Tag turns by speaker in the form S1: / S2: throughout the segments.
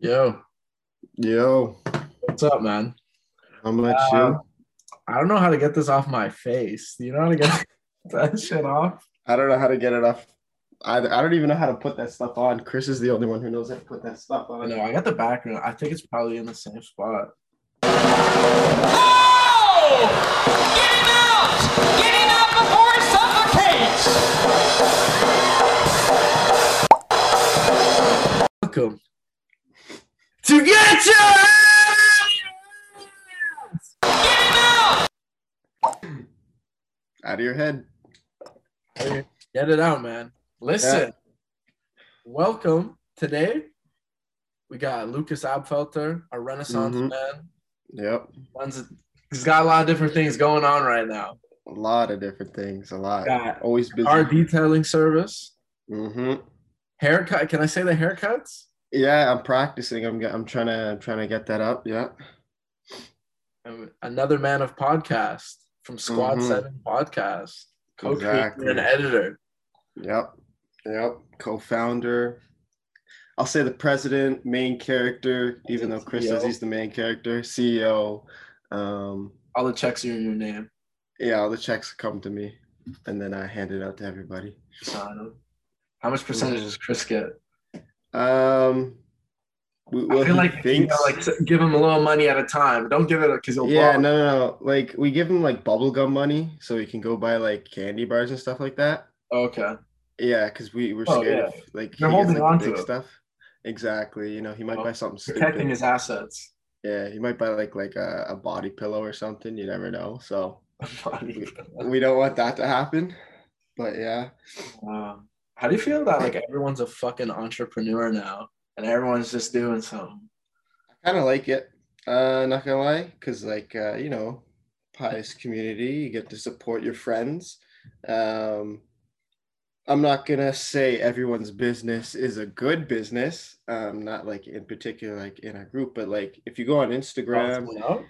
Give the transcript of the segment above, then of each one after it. S1: Yo,
S2: Yo,
S1: what's up, man?
S2: how much
S1: Um, I don't know how to get this off my face. Do you know how to get that shit off?
S2: I don't know how to get it off. I, I don't even know how to put that stuff on. Chris is the only one who knows how to put that stuff
S1: I
S2: on.
S1: know. I got the background. I think it's probably in the same spot.
S3: Oh! Get him out! Get him out before he suffocates!
S1: Welcome to get you.
S3: Get him out!
S2: Out of your head.
S1: Get it out, man. Listen. Welcome today. We got Lucas Abfelter, a Renaissance
S2: Mhm.
S1: man.
S2: Yep.
S1: Runs. He's got a lot of different things going on right now.
S2: A lot of different things. A lot.
S1: Got
S2: Always busy.
S1: Car detailing service.
S2: hmm
S1: Haircut. Can I say the haircuts?
S2: Yeah, I'm practicing. I'm get- I'm trying to I'm trying to get that up. Yeah.
S1: Um, another man of podcast from Squad
S2: Mhm.
S1: Seven Podcast, co-creator
S2: Exactly.
S1: and editor.
S2: Yep. Yep. Co-founder. I'll say the president, main character, even though Chris says
S1: CEO.
S2: he's the main character, CEO. Um,
S1: All the checks are in your name.
S2: yeah, all the checks come to me, and then I hand it out to everybody.
S1: You Sign 'em. How much percentage does Chris get?
S2: Um, we, well,
S1: I feel
S2: he
S1: like you
S2: thinks,
S1: know, like s- give him a little money at a time. Don't give it because he'll
S2: yeah,
S1: blow.
S2: no, no, no. Like we give him like bubblegum money so he can go buy like candy bars and stuff like that.
S1: Okay.
S2: Yeah, because we were
S1: Oh,
S2: scared
S1: yeah.
S2: of like
S1: They're
S2: he gets,
S1: holding
S2: like, the
S1: on to
S2: big
S1: it.
S2: stuff. Exactly. You know, he might
S1: Oh,
S2: buy something stupid.
S1: Protecting his assets.
S2: yeah, he might buy like like a, a body pillow or something. You never know. So we don't want that to happen. But yeah,
S1: Wow. Um, How do you feel that like everyone's a fucking entrepreneur now and everyone's just doing something?
S2: I kind of like it. Uh, not gonna lie, because like uh, you know, pious community, you get to support your friends. Um, I'm not gonna say everyone's business is a good business. Um, not like in particular, like in our group, but like if you go on Instagram,
S1: Possibly not.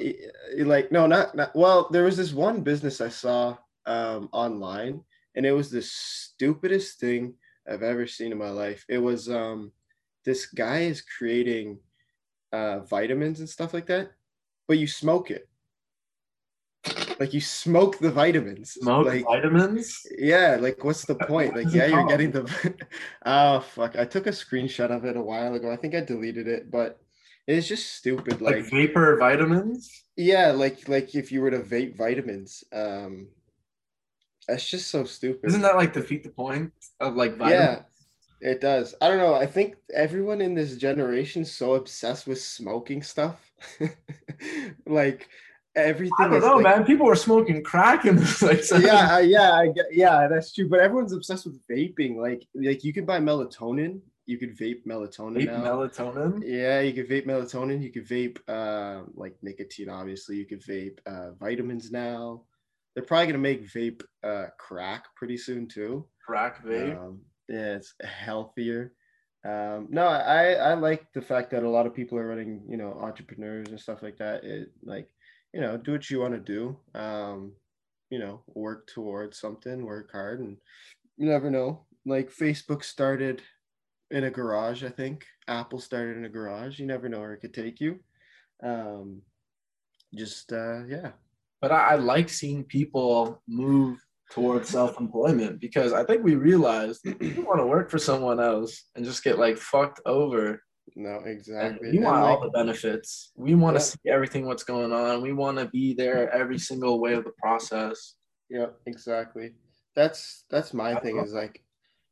S2: y- y- like no not, not well there was this one business i saw um online and it was the stupidest thing i've ever seen in my life it was um this guy is creating uh vitamins and stuff like that but you smoke it like you smoke the vitamins
S1: Smoke
S2: like
S1: vitamins.
S2: yeah like what's the point like
S1: is it
S2: yeah you're
S1: called?
S2: getting the oh fuck i took a screenshot of it a while ago i think i deleted it but it's just stupid
S1: Like,
S2: like
S1: vapor vitamins.
S2: yeah, like like if you were to vape vitamins, um, that's just so stupid.
S1: Isn't that like defeat the point of like vitamins?
S2: yeah, it does. I don't know. I think everyone in this generation is so obsessed with smoking stuff. like everything.
S1: I don't
S2: is,
S1: know,
S2: like-
S1: man. People were smoking crack in this like so-
S2: Yeah, I- yeah, I get, yeah. That's true. But everyone's obsessed with vaping. Like like you could buy melatonin. You could vape melatonin
S1: vape
S2: now.
S1: melatonin.
S2: Yeah, you could vape melatonin. You could vape uh, like nicotine, obviously. You could vape uh, vitamins now. They're probably gonna make vape uh, crack pretty soon too.
S1: Crack vape.
S2: Um, yeah, it's healthier. Um, no, I I like the fact that a lot of people are running, you know, entrepreneurs and stuff like that. It like, you know, do what you want to do. Um, you know, work towards something, work hard, and you never know. Like Facebook started in a garage, I think. Apple started in a garage. You never know where it could take you. Um, just uh, yeah,
S1: But I, I like seeing people move towards self-employment because I think we realized you want to work for someone else and just get like fucked over.
S2: no,
S1: And
S2: exactly.
S1: we
S2: And,
S1: want all
S2: like,
S1: the benefits. We want to
S2: Yeah.
S1: see everything what's going on. We want to be there every single way of the process.
S2: Yeah, exactly. That's that's my thing is like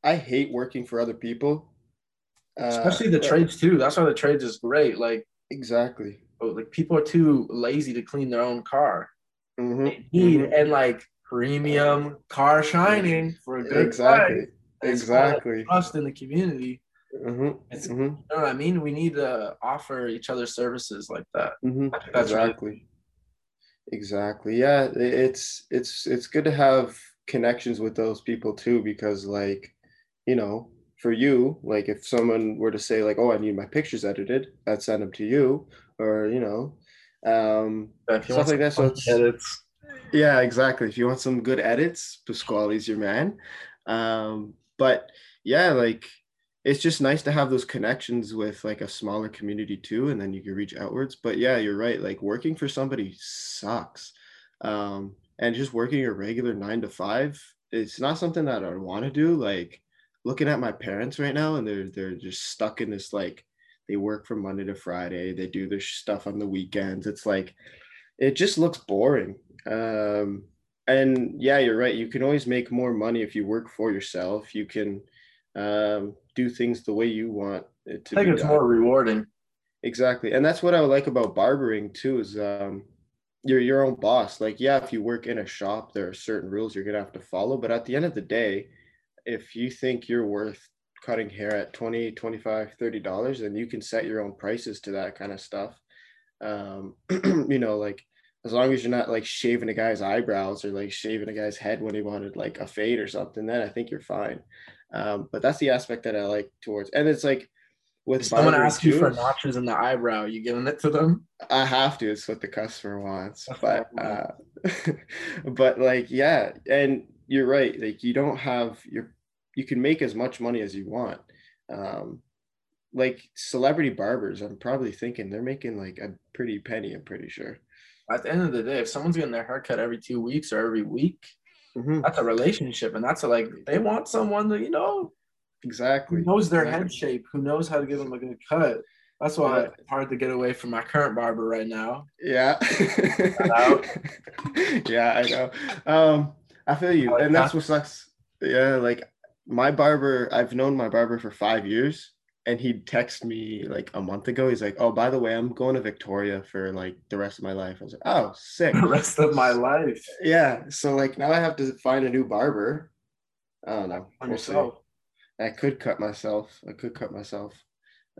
S2: I hate working for other people. Uh,
S1: Especially the
S2: yeah,
S1: trades too. That's why the trades is great. Like
S2: Exactly.
S1: oh, like people are too lazy to clean their own car.
S2: Mhm,
S1: they need
S2: mhm.
S1: and like premium car shining for a good
S2: Exactly.
S1: price. And it's all
S2: Exactly.
S1: trust in the community.
S2: Mhm,
S1: It's-
S2: mhm,
S1: You know what I mean? We need to offer each other services like that.
S2: mhm.
S1: I think that's right.
S2: Exactly. Exactly. Yeah, i- it's it's it's good to have connections with those people too because like, you know, for you, like if someone were to say like, "Oh, I need my pictures edited," I'd send them to you or, you know, um
S1: If you
S2: Stuff
S1: want
S2: like that, so
S1: some
S2: it's-
S1: edits.
S2: Yeah, exactly. If you want some good edits, Pasquale's your man. Um, but yeah, like it's just nice to have those connections with like a smaller community too and then you can reach outwards but yeah you're right like working for somebody sucks um and just working a regular nine to five it's not something that i want to do like looking at my parents right now and they're they're just stuck in this like they work from monday to friday they do their stuff on the weekends it's like it just looks boring um and yeah you're right you can always make more money if you work for yourself you can um, do things the way you want it to
S1: I think
S2: be
S1: it's
S2: done.
S1: more rewarding.
S2: Exactly. And that's what I like about barbering too is um you're your own boss. Like, yeah, if you work in a shop, there are certain rules you're gonna have to follow. But at the end of the day, if you think you're worth cutting hair at 20, 25, 30 dollars, then you can set your own prices to that kind of stuff. Um, you know, like as long as you're not like shaving a guy's eyebrows or like shaving a guy's head when he wanted like a fade or something, then I think you're fine. Um, but that's the aspect that I like towards and it's like with
S1: If someone
S2: barbering,
S1: asks you
S2: too,
S1: for
S2: it's-
S1: notches in the eyebrow, you giving it to them?
S2: I have to. It's what the customer wants.
S1: That's
S2: But
S1: what I
S2: uh, but like yeah, and you're right. Like you don't have your you can make as much money as you want. Um, like celebrity barbers, I'm probably thinking they're making like a pretty penny. I'm pretty sure.
S1: At the end of the day, if someone's getting their haircut every two weeks or every week,
S2: Mhm,
S1: that's a relationship, and that's a, like they want someone that you know who
S2: Exactly.
S1: knows their
S2: Exactly.
S1: head shape, who knows how to give them a good cut. That's why
S2: Yeah.
S1: it's hard to get away from my current barber right now.
S2: Yeah.
S1: out.
S2: yeah, I know. Um, I feel you,
S1: Like
S2: and that's what sucks. Yeah, like my barber, I've known my barber for five years, and he texted me like a month ago. He's like, "Oh, by the way, I'm going to Victoria for like the rest of my life." I was like, "Oh, sick."
S1: The rest of my life
S2: yeah, so like now I have to find a new barber. I don't know.
S1: on
S2: We'll see.
S1: yourself.
S2: I could cut myself. I could cut myself.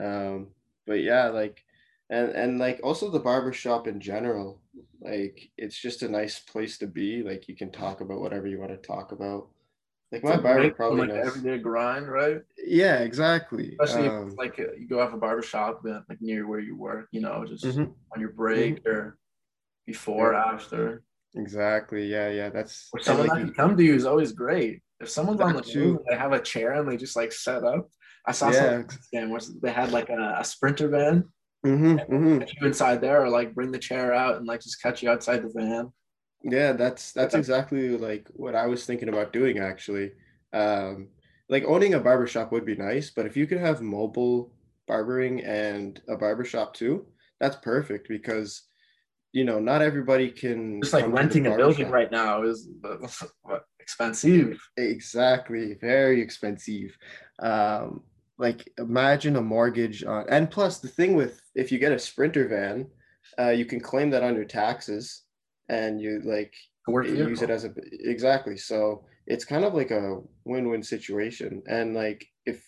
S2: Um, but yeah, like, and and like also the barber shop in general, like it's just a nice place to be. Like you can talk about whatever you want to talk about. Like my
S1: Something
S2: barber
S1: great from,
S2: probably
S1: like the
S2: knows.
S1: everyday grind, right?
S2: Yeah, exactly.
S1: Especially if
S2: Um,
S1: it's like uh, you go have a barber shop uh, like near where you work, you know, just
S2: mhm,
S1: on your break or before, after.
S2: exactly. Yeah, yeah. That's
S1: Or
S2: and,
S1: someone
S2: like,
S1: that can
S2: you-
S1: come to you is always great. If someone's on the
S2: That
S1: move and they have a chair and they just like set up, I saw
S2: yeah.
S1: something something where they had like a, a sprinter van,
S2: hmm hmm
S1: catch you inside there, or like bring the chair out and like just catch you outside the van.
S2: Yeah, that's that's
S1: Yeah.
S2: exactly like what I was thinking about doing actually. Um, like owning a barbershop would be nice, but if you could have mobile barbering and a barbershop too, that's perfect because you know, not everybody can
S1: Just like
S2: come to the
S1: renting a building
S2: barbershop.
S1: right now is uh, expensive.
S2: Exactly, very expensive. Um, like imagine a mortgage on, and plus the thing with if you get a Sprinter van, uh, you can claim that on your taxes, and you like
S1: Work
S2: you use it as a exactly so it's kind of like a win-win situation and like if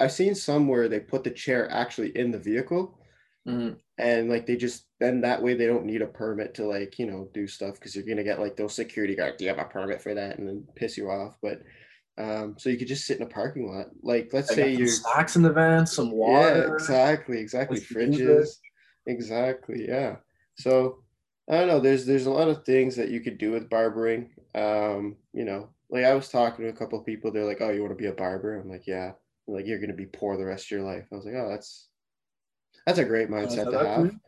S2: i've seen some where they put the chair actually in the vehicle
S1: Mm-hmm.
S2: and like they just then that way they don't need a permit to like you know do stuff because you're gonna get like those security guards do you have a permit for that and then piss you off but um so you could just sit in a parking lot like let's say
S1: some
S2: you're
S1: snacks in the van, some water.
S2: yeah, exactly, exactly.
S1: Let's do
S2: Fridges.
S1: this.
S2: Exactly. Yeah. So I don't know. There's there's a lot of things that you could do with barbering. Um, you know, like I was talking to a couple of people, they're like, Oh, you want to be a barber? I'm like, Yeah. They're like you're gonna be poor the rest of your life. I was like, Oh, that's that's a great mindset
S1: Oh, that
S2: to
S1: up to
S2: have.
S1: you?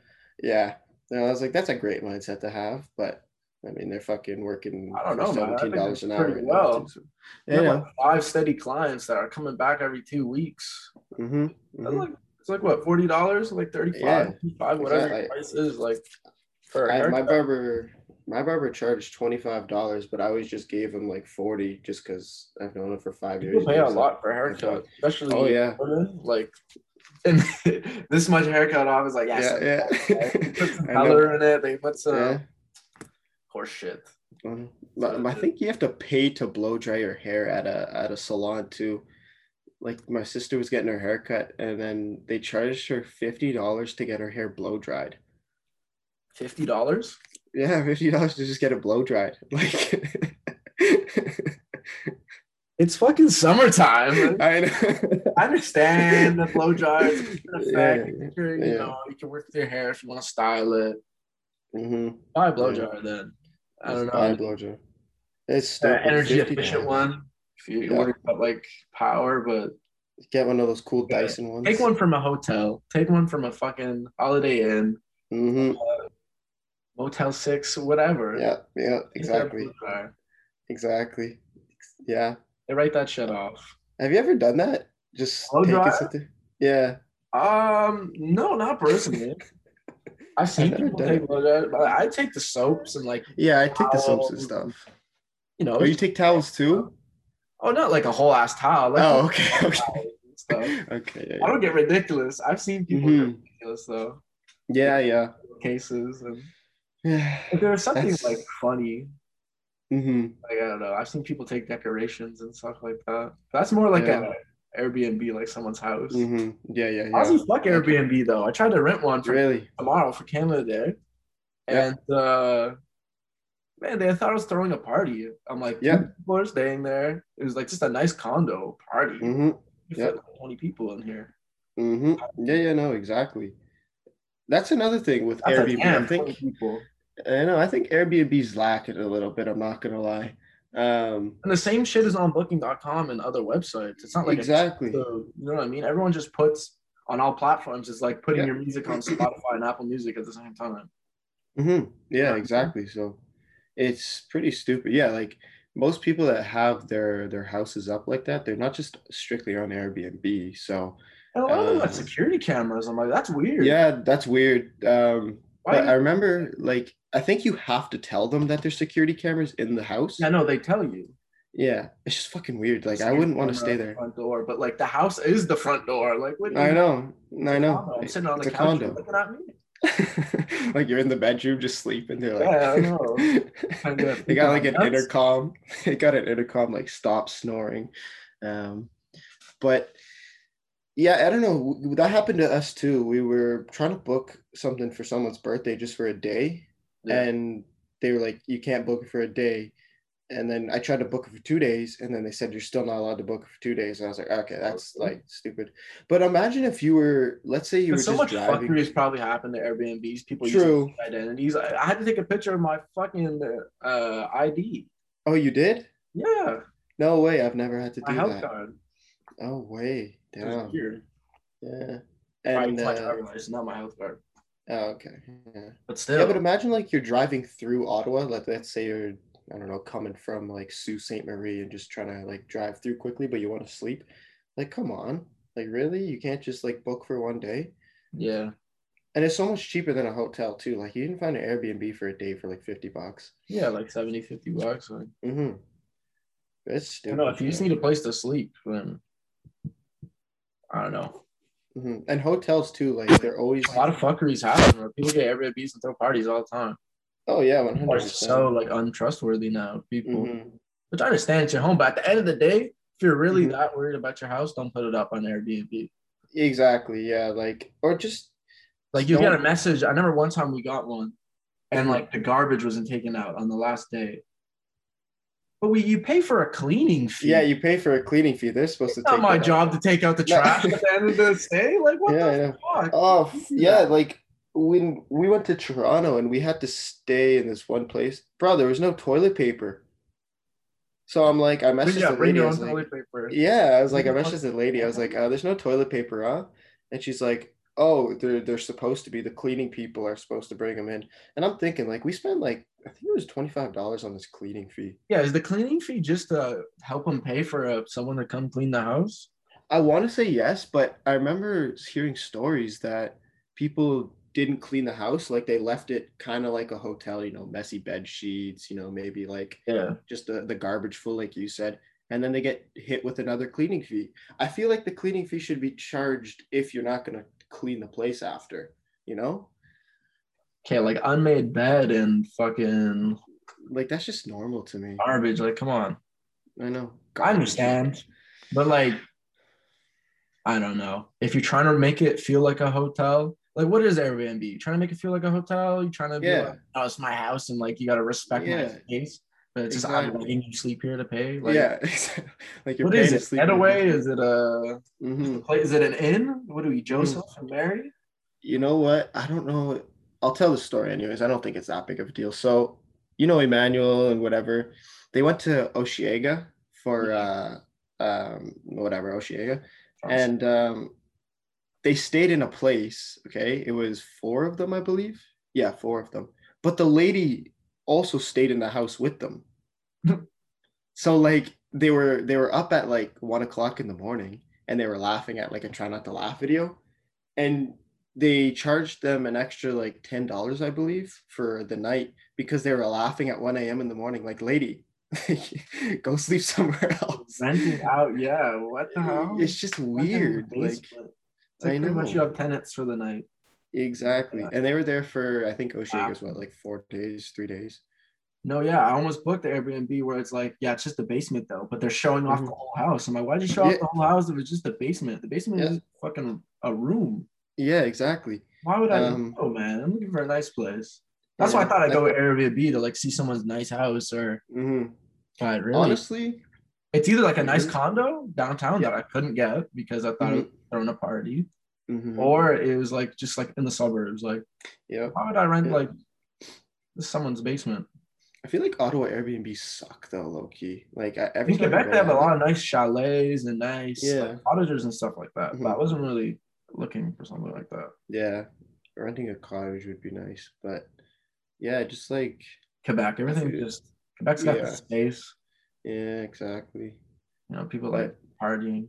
S2: Yeah. And I was like, that's a great mindset to have, but I mean they're fucking working
S1: I don't
S2: for
S1: know, man. I think
S2: $17
S1: they
S2: an
S1: do
S2: hour.
S1: pretty
S2: right now,
S1: well.
S2: too, so-
S1: You have,
S2: Yeah.
S1: like, five steady clients that are coming back every two weeks.
S2: hmm
S1: That's like it's like what forty dollars, like thirty
S2: Yeah.
S1: five, five, whatever
S2: Exactly.
S1: your price is, like for a
S2: I, my
S1: haircut.
S2: barber my barber charged twenty five dollars, but I always just gave him like forty just because I've known him for five years.
S1: People pay a
S2: He's
S1: lot for a
S2: like,
S1: haircut, especially
S2: Oh yeah.
S1: women. Like, and this much haircut off is like yeah,
S2: Yeah,
S1: so
S2: yeah.
S1: They put some uh,
S2: I know.
S1: color in it. They put some
S2: yeah.
S1: horse shit.
S2: Mhm. But I think you have to pay to blow dry your hair at a at a salon too. Like my sister was getting her hair cut and then they charged her fifty dollars to get her hair blow dried.
S1: Fifty dollars.
S2: Yeah, fifty dollars to just get it blow dried. Like
S1: It's fucking summertime.
S2: I know.
S1: I understand the blow dry. It's an effect.
S2: Yeah.
S1: You
S2: yeah.
S1: know, you can work with your hair if you want to style it.
S2: hmm
S1: Buy a blow
S2: Yeah.
S1: dryer then. I don't
S2: Just
S1: know.
S2: buy a blowjob. It's
S1: An
S2: stupid.
S1: energy
S2: $50.
S1: efficient one. If you
S2: Yeah.
S1: worry about like power, but
S2: Get one of those cool
S1: Yeah.
S2: Dyson ones.
S1: Take one from a hotel. Take one from a fucking Holiday Inn,
S2: Mhm.
S1: Motel Six, whatever.
S2: Yeah,
S1: Take
S2: yeah,
S1: their
S2: exactly,
S1: blue car.
S2: exactly. Yeah.
S1: They write that shit off.
S2: Have you ever done that? Just
S1: Blow
S2: taking
S1: dry?
S2: something. Yeah.
S1: Um, no, not personally. I've seen
S2: I've never
S1: people
S2: done
S1: take
S2: it.
S1: blow dry, but I take the soaps and like
S2: Yeah, I take the soaps and
S1: Towels.
S2: stuff.
S1: Oh. you know.
S2: Oh, you take towels too?
S1: oh, not like a whole ass towel. Like
S2: Oh, okay, okay.
S1: towels and stuff.
S2: Okay. yeah,
S1: I don't get ridiculous. I've seen people get
S2: Mhm.
S1: ridiculous though
S2: Yeah, yeah.
S1: cases, and
S2: Yeah.
S1: but there's something
S2: That's-
S1: like funny.
S2: hmm
S1: Like I don't know. I've seen people take decorations and stuff like that. That's more like
S2: Yeah.
S1: a Airbnb, like someone's house.
S2: hmm Yeah, yeah, yeah.
S1: Honestly, fuck Airbnb though. I tried to rent one for
S2: Really?
S1: tomorrow for Canada Day,
S2: Yeah.
S1: and uh, man, they thought I was throwing a party. I'm like,
S2: Yeah.
S1: yeah, people are staying there. It was like just a nice condo party.
S2: hmm
S1: You
S2: yeah.
S1: fit like 20 people in here.
S2: hmm Yeah, yeah, no, exactly. That's another thing with
S1: That's
S2: Airbnb.
S1: like, damn,
S2: I think
S1: 20 people.
S2: I know. Uh, I think Airbnb's lacking a little bit. I'm not gonna lie. Um,
S1: And the same shit is on Booking.com and other websites. It's not like a-
S2: exactly.
S1: So, you know what I mean? Everyone just puts on all platforms. It's like putting
S2: Yeah.
S1: your music on Spotify and Apple Music at the same time.
S2: hmm Yeah,
S1: Yeah.
S2: exactly. So it's pretty stupid. Yeah, like most people that have their their houses up like that, they're not just strictly on Airbnb. So
S1: And a lot of them have
S2: Uh,
S1: security cameras. I'm like, that's weird.
S2: yeah, that's weird. Um,
S1: Why
S2: but
S1: do
S2: I
S1: you-
S2: remember, like, I think you have to tell them that there's security cameras in the house.
S1: I know they tell you.
S2: Yeah, it's just fucking weird. Like, I
S1: Security
S2: wouldn't want to
S1: camera
S2: stay
S1: at the
S2: there.
S1: Front door, but like the house is the front door. Like, what? do
S2: I
S1: you-
S2: know, I know.
S1: I'm sitting on
S2: It's
S1: the
S2: a
S1: couch.
S2: condo.
S1: You're looking at me.
S2: like you're in the bedroom just sleeping. They're like,
S1: Yeah, I know. Trying to
S2: they
S1: think
S2: got
S1: about
S2: like an
S1: nuts.
S2: intercom. They got an intercom like stop snoring. Um, but yeah, I don't know. W- That happened to us too. We were trying to book something for someone's birthday just for a day,
S1: Yeah.
S2: and they were like, "You can't book it for a day." And then I tried to book it for two days, and then they said you're still not allowed to book it for two days. And I was like, okay, that's
S1: Oh, Okay.
S2: like stupid. But imagine if you were, let's say
S1: And
S2: you were
S1: so
S2: just
S1: much
S2: driving.
S1: fuckery has probably happened to Airbnbs. People using
S2: True.
S1: identities. I, I had to take a picture of my fucking uh, ID.
S2: Oh, you did?
S1: Yeah,
S2: No way. I've never had to
S1: my
S2: do
S1: health
S2: that.
S1: card.
S2: Oh way.
S1: It was
S2: Damn.
S1: weird.
S2: Yeah.
S1: Right,
S2: And
S1: it's my
S2: uh,
S1: driver's license, not my health card.
S2: oh, okay. Yeah.
S1: But still,
S2: yeah, but imagine like you're driving through Ottawa. Like let's say you're I don't know coming from like Sault Ste. Marie and just trying to like drive through quickly, but you want to sleep. Like come on. Like really, you can't just like book for one day.
S1: yeah,
S2: And it's so much cheaper than a hotel too. Like you can find an Airbnb for a day for like fifty bucks.
S1: yeah, like 70, 50 bucks. Like,
S2: Mm-hmm. That's
S1: I
S2: stupid.
S1: don't know if you just
S2: man.
S1: need a place to sleep, then I don't know.
S2: Mhm. And hotels too, like they're always
S1: A lot of fuckeries happen where people get Airbnbs and throw parties all the time.
S2: oh yeah, one
S1: People
S2: hundred
S1: Are so
S2: percent.
S1: like untrustworthy now. People,
S2: Mm-hmm.
S1: which I understand it's your home, but at the end of the day, if you're really
S2: Mhm.
S1: that worried about your house, don't put it up on Airbnb.
S2: Exactly. Yeah. Like, or just
S1: Like you
S2: Don't-
S1: get a message. I remember one time we got one, and like the garbage wasn't taken out on the last day. But we you pay for a cleaning fee.
S2: yeah, you pay for a cleaning fee. They're supposed
S1: it's not
S2: to take
S1: my
S2: that out.
S1: job to take out the
S2: No.
S1: trash at the end of the day. Like what
S2: Yeah,
S1: the
S2: yeah.
S1: fuck?
S2: Oh f- yeah, like when we went to Toronto and we had to stay in this one place, bro. There was no toilet paper. So I'm like, I
S1: But
S2: messaged
S1: yeah,
S2: the
S1: bring
S2: lady. I
S1: your
S2: was
S1: own
S2: like,
S1: toilet paper.
S2: yeah, I was like, I
S1: Bring your own-
S2: messaged the lady. I was like, uh, there's no toilet paper, huh? And she's like, oh, they're they're supposed to be. The cleaning people are supposed to bring them in. And I'm thinking, like, we spent like I think it was twenty five dollars on this cleaning fee.
S1: Yeah, is the cleaning fee just to help them pay for uh, someone to come clean the house?
S2: I want to say yes, but I remember hearing stories that people didn't clean the house, like they left it kind of like a hotel, you know, messy bed sheets, you know, maybe like
S1: Yeah.
S2: just the, the garbage full, like you said, and then they get hit with another cleaning fee. I feel like the cleaning fee should be charged if you're not going to clean the place after, you know?
S1: Okay, like unmade bed and fucking
S2: Like that's just normal to me.
S1: garbage. Like, come on.
S2: I know.
S1: I understand. But like, I don't know. If you're trying to make it feel like a hotel, like what is Airbnb? You trying to make it feel like a hotel? You trying to be
S2: Yeah.
S1: like, oh, it's my house and like you gotta respect my
S2: Yeah.
S1: space. But it's just I'm
S2: Exactly.
S1: letting you sleep here to pay. Like
S2: yeah. like
S1: what
S2: paying
S1: is
S2: to
S1: it?
S2: sleep in a
S1: Getaway?
S2: hotel.
S1: Is it a
S2: Mhm.
S1: is it an inn? What are we, Joseph and Mary?
S2: You know what? I don't know. I'll tell the story anyways. I don't think it's that big of a deal. So, you know, Emmanuel and whatever, they went to Oshiega for uh um whatever Oshiega, and um, they stayed in a place. Okay, it was four of them, I believe. Yeah, four of them. But the lady also stayed in the house with them. so like they were they were up at like one o'clock in the morning, and they were laughing at like a try not to laugh video, and they charged them an extra like ten dollars, I believe, for the night because they were laughing at one a.m. in the morning. Like, lady, go sleep somewhere else.
S1: renting out. Yeah, what the hell?
S2: It's just weird. Like
S1: Basement. it's like
S2: I
S1: pretty much
S2: know.
S1: you have tenants for the night.
S2: exactly.
S1: Yeah.
S2: And they were there for I think O'Shea
S1: Wow.
S2: was what like four days, three days.
S1: No, yeah, I almost booked the Airbnb where it's like, yeah, it's just the basement though, but they're showing off
S2: Mhm.
S1: the whole house. I'm like, why'd you show off
S2: Yeah.
S1: the whole house? It was just the basement. The basement
S2: Yeah.
S1: is fucking a room.
S2: Yeah, exactly.
S1: Why would I?
S2: Um,
S1: oh man, I'm looking for a nice place. That's why I
S2: Yeah,
S1: thought I'd
S2: I-
S1: go with Airbnb to like see someone's nice house or
S2: Mhm.
S1: God, really?
S2: Honestly,
S1: it's either like a nice
S2: Mhm.
S1: condo downtown that I couldn't get because I thought it was
S2: Mm-hmm.
S1: throwing a party,
S2: mhm.
S1: or it was like just like in the suburbs. Like,
S2: yeah,
S1: why would I rent
S2: Yeah.
S1: like this someone's basement?
S2: I feel like Ottawa Airbnb suck though, low key. Like I,
S1: In
S2: everybody
S1: Quebec,
S2: go
S1: they have a
S2: on
S1: lot
S2: it.
S1: of nice chalets and nice like,
S2: Yeah.
S1: cottages and stuff like that. But I
S2: Mhm.
S1: wasn't really looking for something like that.
S2: Yeah, renting a cottage would be nice, but yeah, just like
S1: Quebec, everything
S2: Dude.
S1: just Quebec's got
S2: Yeah.
S1: the space.
S2: yeah, exactly.
S1: You know, people
S2: But-
S1: like partying.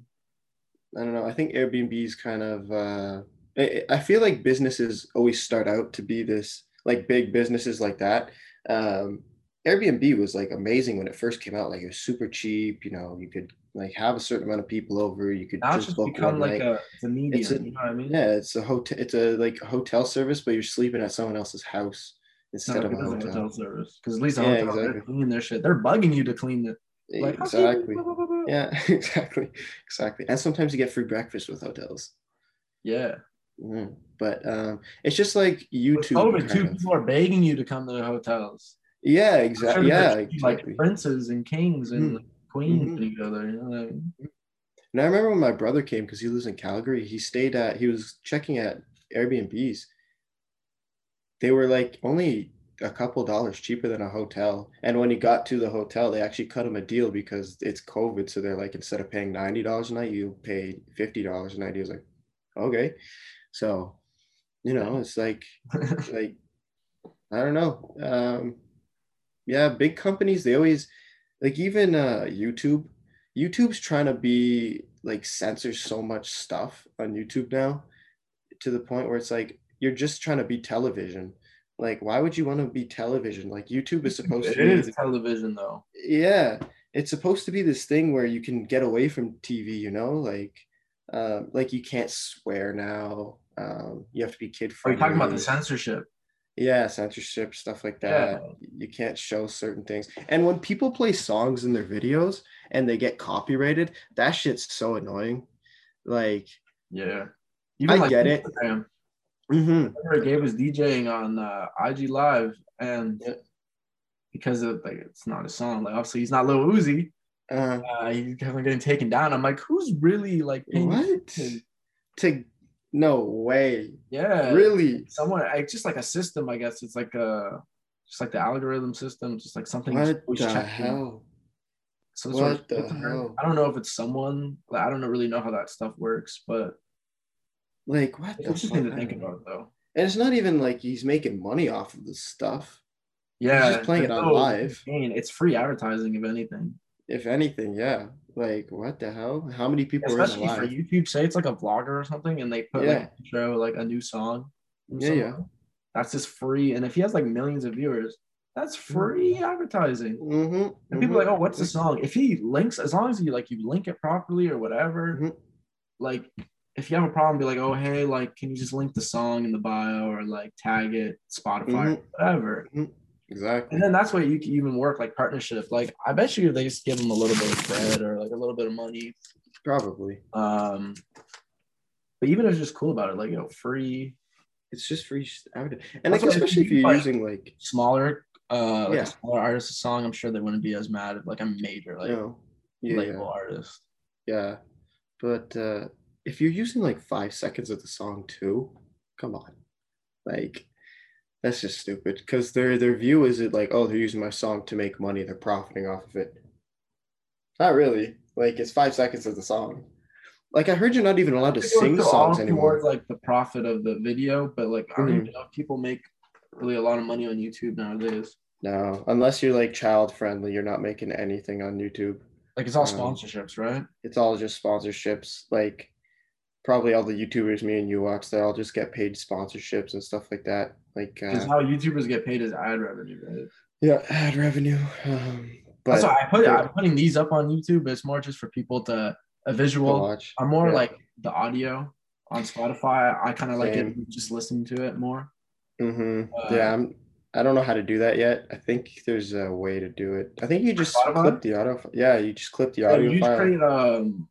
S2: I don't know. I think Airbnb's kind of. Uh, I I feel like businesses always start out to be this like big businesses like that. Um, Airbnb was like amazing when it first came out. Like it was super cheap. You know, you could like have a certain amount of people over. You could
S1: Now it's just
S2: book
S1: become
S2: one
S1: like
S2: night.
S1: a it's a medium.
S2: It's a-
S1: you know what I mean?
S2: yeah. It's a hotel. It's a like hotel service, but you're sleeping at someone else's house
S1: It's not
S2: instead
S1: like
S2: of
S1: it
S2: a
S1: is a
S2: hotel.
S1: hotel service because at least a
S2: Yeah,
S1: hotel they're
S2: exactly.
S1: cleaning their shit. They're bugging you to clean it. Like, "Okay,
S2: E, exactly.
S1: blah, blah, blah, blah."
S2: Yeah. Exactly. Exactly. And sometimes you get free breakfast with hotels.
S1: Yeah.
S2: Mm. But um, it's just like
S1: With
S2: YouTube.
S1: COVID
S2: kind
S1: too,
S2: of.
S1: people are begging you to come to the hotels. I'm
S2: Yeah,
S1: sure
S2: exactly.
S1: there's
S2: Yeah,
S1: gonna be,
S2: exactly.
S1: Like princes and kings and
S2: Mhm.
S1: like, queens
S2: Mhm.
S1: when you go there. You know what I mean?
S2: And I remember when my brother came because he lives in Calgary. He stayed at. He was checking at Airbnbs. They were like only a couple dollars cheaper than a hotel. And when he got to the hotel, they actually cut him a deal because it's COVID. So they're like, instead of paying ninety dollars a night, you pay fifty dollars a night. He was like, okay. So, you know, it's like, like, I don't know. Um, yeah, big companies they always like even uh, YouTube. YouTube's trying to be like censor so much stuff on YouTube now to the point where it's like you're just trying to be television. Like, why would you want to be television? Like, YouTube is supposed
S1: It
S2: to be
S1: is television though.
S2: yeah it's supposed to be this thing where you can get away from tv you know like uh, like you can't swear now um, you have to be kid
S1: Are
S2: friendly
S1: you talking about the censorship?
S2: yeah censorship stuff like that you can't show certain things and when people play songs in their videos and they get copyrighted that shit's so annoying like
S1: Yeah.
S2: I get it.
S1: Instagram.
S2: mhm,
S1: Remember Gabe was DJing on uh, IG Live, and
S2: Yeah.
S1: because of like it's not a song, like obviously he's not Lil Uzi,
S2: uh,
S1: uh, he's kind of getting taken down. I'm like, who's really like paying
S2: what
S1: attention?
S2: to no way
S1: Yeah,
S2: really
S1: Someone, it's just like a system, I guess. It's like a just like the algorithm system, just like something. that's
S2: what
S1: always
S2: the
S1: checking.
S2: hell
S1: So it's sort
S2: What
S1: of-
S2: the
S1: it's a very-
S2: hell?
S1: I don't know if it's someone. Like, I don't know- really know how that stuff works, but
S2: like what
S1: it's
S2: the
S1: interesting to
S2: fuck?
S1: think about, though.
S2: And it's not even like he's making money off of this stuff.
S1: Yeah,
S2: just playing it
S1: there's
S2: on
S1: no
S2: live.
S1: gain. It's free advertising, if anything.
S2: If anything, yeah. Like what the hell? How many people are in the
S1: Especially for
S2: live?
S1: YouTube, say it's like a vlogger or something, and they put
S2: Yeah.
S1: like show like a new song. from
S2: Yeah, yeah.
S1: someone, That's just free, and if he has like millions of viewers,
S2: Mm.
S1: that's free advertising.
S2: Mm-hmm.
S1: And people are like, oh, what's the song? If he links, as long as you like you link it properly or whatever,
S2: Mhm.
S1: like if you have a problem, be like, oh hey, like can you just link the song in the bio or like tag it Spotify
S2: Mm-hmm.
S1: or whatever.
S2: Exactly.
S1: And then that's why you can even work like partnership. Like I bet you they just give them a little bit of bread or like a little bit of money.
S2: Probably.
S1: Um, but even if it's just cool about it, like you know, free
S2: It's just free s- advertising. And like
S1: That's what I
S2: especially if
S1: think,
S2: you're
S1: like-
S2: using like
S1: smaller uh like a
S2: Yeah.
S1: smaller artist's song, I'm sure they wouldn't be as mad at like a major
S2: you
S1: like
S2: know, yeah,
S1: label artist.
S2: yeah. But uh if you're using like five seconds of the song too, come on. Like that's just stupid. Because their their view is it like, oh, they're using my song to make money, they're profiting off of it. Not really. Like it's five seconds of the song. Like I heard you're not even allowed to
S1: It goes
S2: sing
S1: to all
S2: songs
S1: towards,
S2: anymore. Mm-hmm.
S1: like the profit of the video, but like I don't even know if people make really a lot of money on YouTube nowadays.
S2: No, unless you're like child friendly, you're not making anything on YouTube.
S1: Like it's all
S2: Um,
S1: sponsorships, right?
S2: It's all just sponsorships. Like probably all the YouTubers, me and you watch, they all just get paid sponsorships and stuff like that. Like
S1: Because
S2: uh,
S1: how YouTubers get paid is ad revenue, right?
S2: yeah, ad revenue. Um, but
S1: That's why I put
S2: yeah.
S1: I'm putting these up on YouTube. It's more just for people to a visual.
S2: watch.
S1: I'm more
S2: Yeah.
S1: like the audio on Spotify. I kind of like
S2: Same.
S1: it just listening to it more.
S2: hmm
S1: Uh,
S2: yeah, I'm. I don't know how to do that yet. I think there's a way to do it. I think you just
S1: Spotify?
S2: clip the audio. f- Yeah, you just clip the
S1: Yeah,
S2: audio
S1: you just
S2: file.
S1: create um,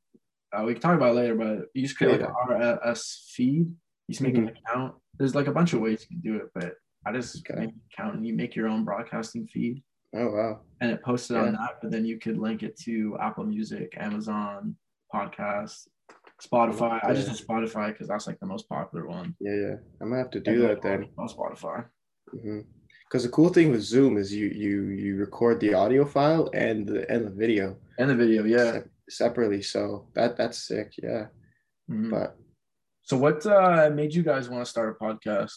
S1: uh, we can talk about it later, but you just create like
S2: Yeah. Mm-hmm.
S1: an RSS feed. You just make an account. There's like a bunch of ways you can do it, but I just
S2: Okay.
S1: make an account and you make your own broadcasting feed
S2: Oh wow.
S1: and it posts it on
S2: Yeah.
S1: that. But then you could link it to Apple Music, Amazon, podcast, Spotify. I just
S2: Yeah.
S1: did Spotify because that's like the most popular one.
S2: Yeah, yeah. I'm gonna have to do that then.
S1: on Spotify.
S2: Because the cool thing with Zoom is you you you record the audio file and the and the video
S1: And the video, yeah.
S2: sep- separately. So that that's sick. Yeah.
S1: Mhm.
S2: But
S1: So what uh, made you guys want to start a podcast?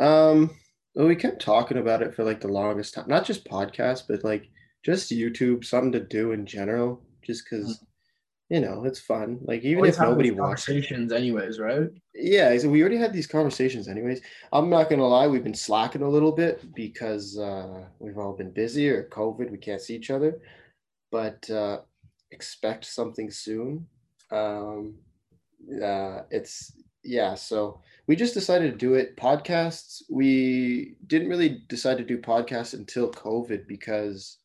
S2: um, well, we kept talking about it for like the longest time. Not just podcasts, but like just YouTube, something to do in general. Just because you know it's fun. Like even
S1: Hmm. Always
S2: if
S1: have
S2: nobody
S1: these
S2: watches.
S1: conversations, anyways, right?
S2: Yeah, so we already had these conversations anyways. I'm not gonna lie, we've been slacking a little bit because uh we've all been busy or COVID, we can't see each other. But uh expect something soon. Um uh it's yeah, so we just decided to do it. Podcasts, we didn't really decide to do podcasts until COVID because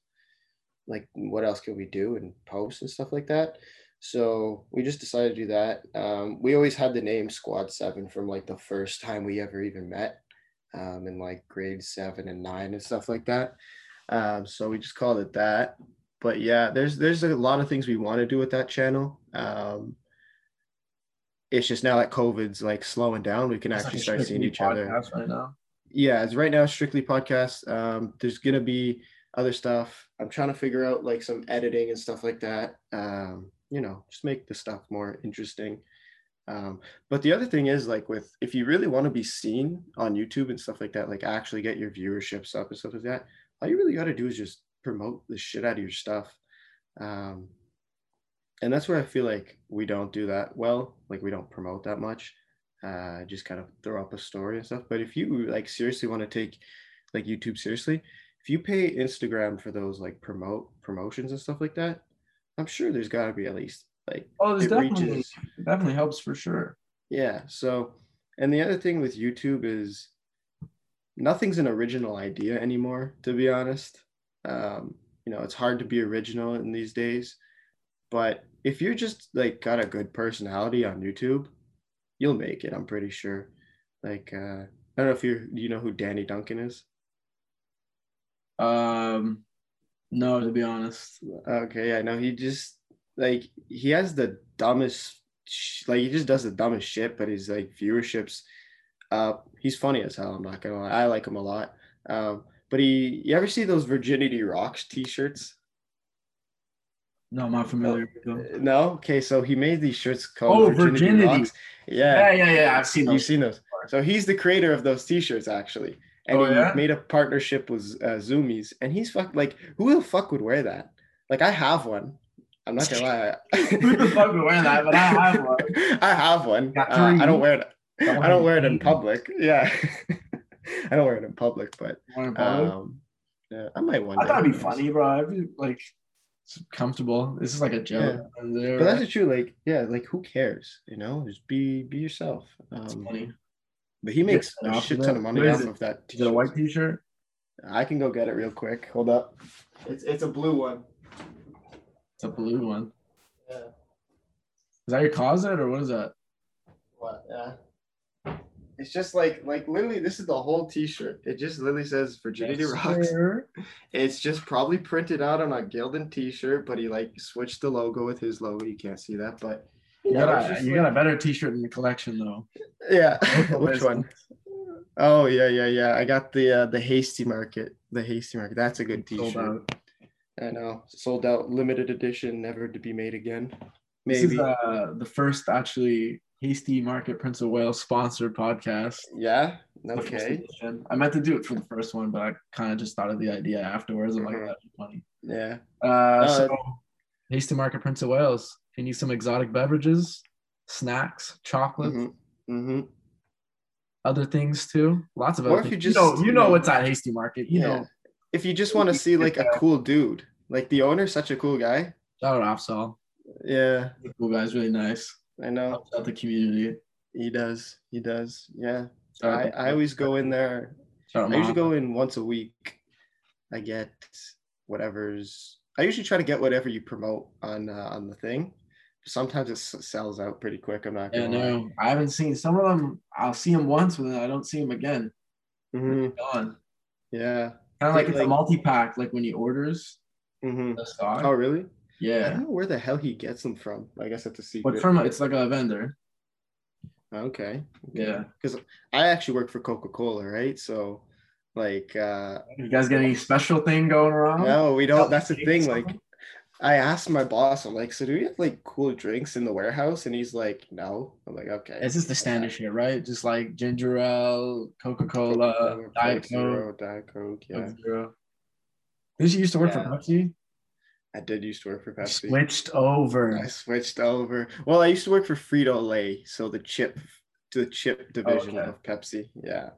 S2: like what else can we do and post and stuff like that. So we just decided to do that. Um, we always had the name Squad Seven from like the first time we ever even met, um, in like grade seven and nine and stuff like that. Um, so we just called it that. But yeah, there's there's a lot of things we want to do with that channel. Um, it's just now that COVID's like slowing down, we can
S1: It's like
S2: actually
S1: a
S2: start seeing
S1: strictly
S2: each other
S1: podcast right now.
S2: yeah, it's right now strictly podcast. Um, there's gonna be other stuff. I'm trying to figure out like some editing and stuff like that. Um, you know, just make the stuff more interesting. Um, but the other thing is like with if you really want to be seen on YouTube and stuff like that, like actually get your viewerships up and stuff like that, all you really gotta do is just promote the shit out of your stuff. Um, and that's where I feel like we don't do that well, like we don't promote that much uh, just kind of throw up a story and stuff. But if you like seriously want to take like YouTube seriously, if you pay Instagram for those like promote promotions and stuff like that, I'm sure there's got to be at least like
S1: Oh, this
S2: it
S1: definitely
S2: reaches.
S1: definitely helps for sure.
S2: Yeah. So, and the other thing with YouTube is nothing's an original idea anymore, to be honest. Um, you know, it's hard to be original in these days, but if you're just like got a good personality on YouTube, you'll make it, I'm pretty sure. Like, uh, I don't know if you you know who Danny Duncan is.
S1: Um, no, to be honest,
S2: Okay, I know he just like he has the dumbest sh- like he just does the dumbest shit, but his like viewerships up. He's funny as hell. I'm not gonna lie, I like him a lot. Um, but he, you ever see those Virginity Rocks T-shirts?
S1: no, I'm not familiar with them.
S2: Uh, No. Okay, so he made these shirts called
S1: Oh, Virginity. Yeah,
S2: Yeah,
S1: yeah, yeah. I've seen them.
S2: you've seen those. So he's the creator of those T-shirts actually, and
S1: Oh,
S2: he
S1: yeah?
S2: made a partnership with uh, Zoomies, and he's fuck like who the fuck would wear that? Like I have one. I'm not gonna lie.
S1: Who the fuck would wear that? But I have one.
S2: I have one.
S1: Got
S2: Uh, I
S1: three.
S2: don't wear it.
S1: Got one
S2: I don't wear it in
S1: each.
S2: public. Yeah, I don't wear it in public, but
S1: Wearing a bottle.
S2: um, yeah, I might one.
S1: I
S2: day,
S1: thought
S2: who
S1: it'd be
S2: knows.
S1: funny, bro. I'd be like it's comfortable. This is like a joke. And they're-
S2: But that's the truth. Like, yeah, like who cares? You know, just be be yourself.
S1: it's
S2: Um,
S1: funny.
S2: but he makes
S1: Yeah,
S2: a
S1: off
S2: shit
S1: of
S2: ton
S1: that.
S2: of money
S1: What is
S2: off
S1: it?
S2: of that.
S1: Is it a
S2: t-shirt.
S1: white T-shirt?
S2: I can go get it real quick. Hold up. It's it's a blue one.
S1: It's a blue one.
S2: Yeah.
S1: Is that your closet or what is that?
S2: What? Yeah. uh, It's just like like literally this is the whole T-shirt. It just literally says Virginity
S1: Yes,
S2: Rocks.
S1: sir.
S2: It's just probably printed out on a Gildan T-shirt, but he like switched the logo with his logo. You can't see that, but
S1: You,
S2: Yeah,
S1: got
S2: it's
S1: a,
S2: just
S1: you got a better T-shirt in the collection though.
S2: yeah.
S1: Local
S2: Which one? Oh yeah, yeah, yeah. I got the uh, the hasty market. The hasty market. That's a good
S1: Sold
S2: T-shirt.
S1: out.
S2: I know. Sold out, limited edition, never to be made again.
S1: This
S2: Maybe.
S1: is uh, the first actually Hasty Market Prince of Wales sponsored podcast.
S2: yeah.
S1: The first
S2: Okay.
S1: edition. I meant to do it for the first one, but I kind of just thought of the idea afterwards. I'm like,
S2: Mhm.
S1: that'd be funny.
S2: Yeah.
S1: Uh,
S2: Uh,
S1: so, Hasty Market Prince of Wales. If you need some exotic beverages, snacks, chocolate,
S2: hmm hmm
S1: other things too. Lots of
S2: Or
S1: other
S2: if
S1: things.
S2: you
S1: You,
S2: just-
S1: know, you know what's at Hasty Market. You
S2: Yeah.
S1: know, uh,
S2: If you just want to see like a cool dude, like the owner's such a cool guy.
S1: shout out Opsol.
S2: Yeah.
S1: The cool guy's really nice.
S2: I know.
S1: Helps out the community.
S2: He does. He does. Yeah.
S1: Shout out
S2: I,
S1: the-
S2: I always go in there.
S1: shout out
S2: I usually
S1: Mom.
S2: go in once a week. I get whatever's. I usually try to get whatever you promote on uh, on the thing. Sometimes it s- sells out pretty quick. I'm not
S1: Yeah,
S2: gonna lie.
S1: no, I haven't seen some of them. I'll see them once, but then I don't see them again.
S2: Mhm.
S1: Gone.
S2: Yeah.
S1: Kind of like it's a
S2: Like-
S1: multi pack, like when he orders
S2: hmm
S1: the stock.
S2: Oh really? I
S1: yeah,
S2: don't know where the hell he gets them from. I guess that's a secret.
S1: but from it's like a vendor.
S2: okay.
S1: Yeah.
S2: Because I actually work for Coca Cola, right? So, like, uh,
S1: You guys got any special thing going around?
S2: no, we don't. That's the
S1: Something-
S2: thing. Like, I asked my boss, I'm like, so do we have like cool drinks in the warehouse? And he's like, no. I'm like, okay.
S1: It's just the standard shit, right? Just like ginger ale, Coca Cola,
S2: Coca-Cola,
S1: Diet
S2: Coke
S1: Coke,
S2: Zero, Diet Coke. Yeah.
S1: Coke Zero. Did you used to work
S2: Yeah.
S1: for Pepsi?
S2: I did used to work for
S1: You
S2: Pepsi.
S1: Switched over.
S2: I switched over. Well, I used to work for Frito Lay, so the chip, the chip division
S1: okay.
S2: of Pepsi. Yeah,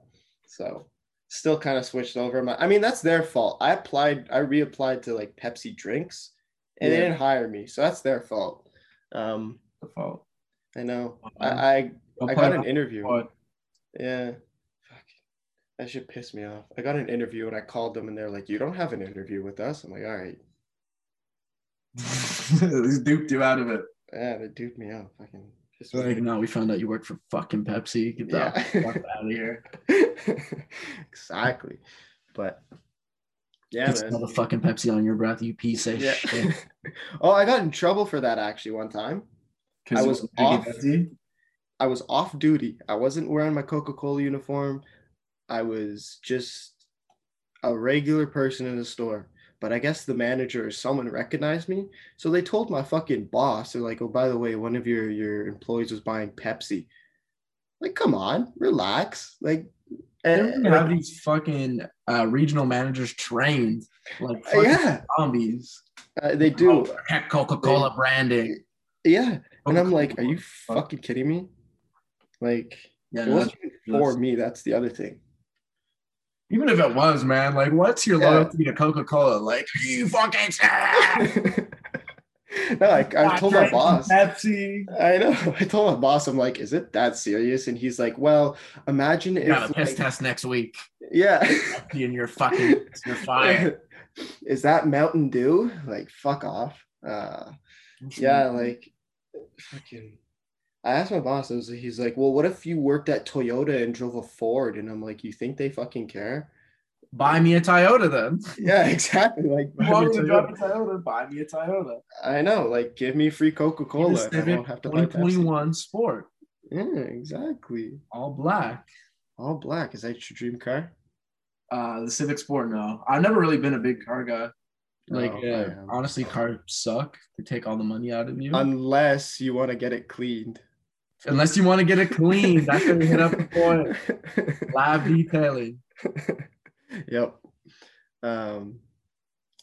S2: so still kind of switched over. My, I mean, that's their fault. I applied, I reapplied to like Pepsi drinks, and they
S1: Yeah.
S2: didn't hire me, so that's their fault. Um,
S1: The fault.
S2: I know. I
S1: Uh-huh.
S2: I,
S1: Don't
S2: I
S1: play
S2: got an
S1: that
S2: interview.
S1: part.
S2: Yeah. Fuck. That shit pissed me off. I got an interview and I called them and they're like, "You don't have an interview with us." I'm like, "All right."
S1: He's duped you out of it.
S2: Yeah, they duped me off. Fucking pissed me
S1: Like,
S2: off.
S1: no, we found out you work for fucking Pepsi. Get the
S2: Yeah.
S1: fuck out of here.
S2: exactly. But yeah,
S1: Get
S2: man.
S1: the fucking Pepsi on your breath, you piece of
S2: Yeah.
S1: shit.
S2: oh, I got in trouble for that actually one time. I was
S1: Drinking
S2: off.
S1: Pepsi?
S2: I was off duty. I wasn't wearing my Coca-Cola uniform. I was just a regular person in the store. But I guess the manager or someone recognized me. So they told my fucking boss, they're like, oh, by the way, one of your, your employees was buying Pepsi. Like, come on, relax. Like,
S1: They
S2: and,
S1: don't have these fucking uh, regional managers trained like fucking
S2: Uh, yeah,
S1: zombies.
S2: uh, they do.
S1: Oh, heck, Coca Cola branding.
S2: Yeah. And I'm
S1: Coca-Cola.
S2: like, are you fucking kidding me? Like,
S1: Yeah,
S2: it
S1: no,
S2: wasn't even for me. That's the other thing.
S1: even if it was, man, like, what's your
S2: Yeah.
S1: loyalty to Coca Cola? Like, you fucking shit.
S2: no, I, I told my boss.
S1: Pepsi.
S2: I know. I told my boss, I'm like, is it that serious? And he's like, well, imagine
S1: You
S2: if.
S1: got a piss
S2: like-
S1: test next week.
S2: yeah.
S1: You and your fucking, you're fired.
S2: is that Mountain Dew? Like, fuck off. Uh, yeah, like, fucking. I asked my boss, I was, he's like, well, what if you worked at Toyota and drove a Ford? And I'm like, you think they fucking care?
S1: buy me a Toyota then.
S2: Yeah, exactly. Like,
S1: You want me to drive a Toyota? Buy me a Toyota.
S2: I know. Like, give me free Coca Cola. I won't have to buy Pepsi.
S1: 2021 Sport,
S2: Yeah, exactly.
S1: all black.
S2: All black. Is that your dream car?
S1: Uh, the Civic Sport, no. I've never really been a big car
S2: Oh,
S1: guy. Like,
S2: No, I
S1: uh,
S2: am.
S1: honestly, cars suck. They take all the money out of you.
S2: Unless you want to get it cleaned.
S1: Unless you want to get it clean, that's when you hit up the point. Live detailing.
S2: yep. Um,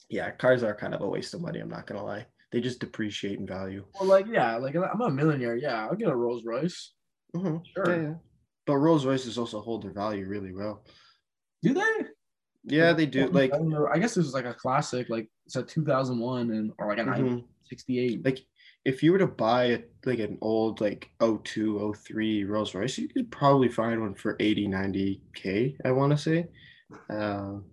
S2: yeah, cars are kind of a waste of money. I'm not gonna lie. They just depreciate in value.
S1: Well, like, yeah, like I'm a millionaire. Yeah, I'll get a Rolls Royce.
S2: Mhm.
S1: Sure.
S2: Yeah, yeah. But Rolls Royces also hold their value really well.
S1: Do they?
S2: Yeah, they do. Like,
S1: I, don't know. I guess this was like a classic. Like it's a 2001 and or like a
S2: mhm.
S1: 1968.
S2: like if you were to buy a, like an old like 02 03 rolls royce you could probably find one for 80 90k i want to say um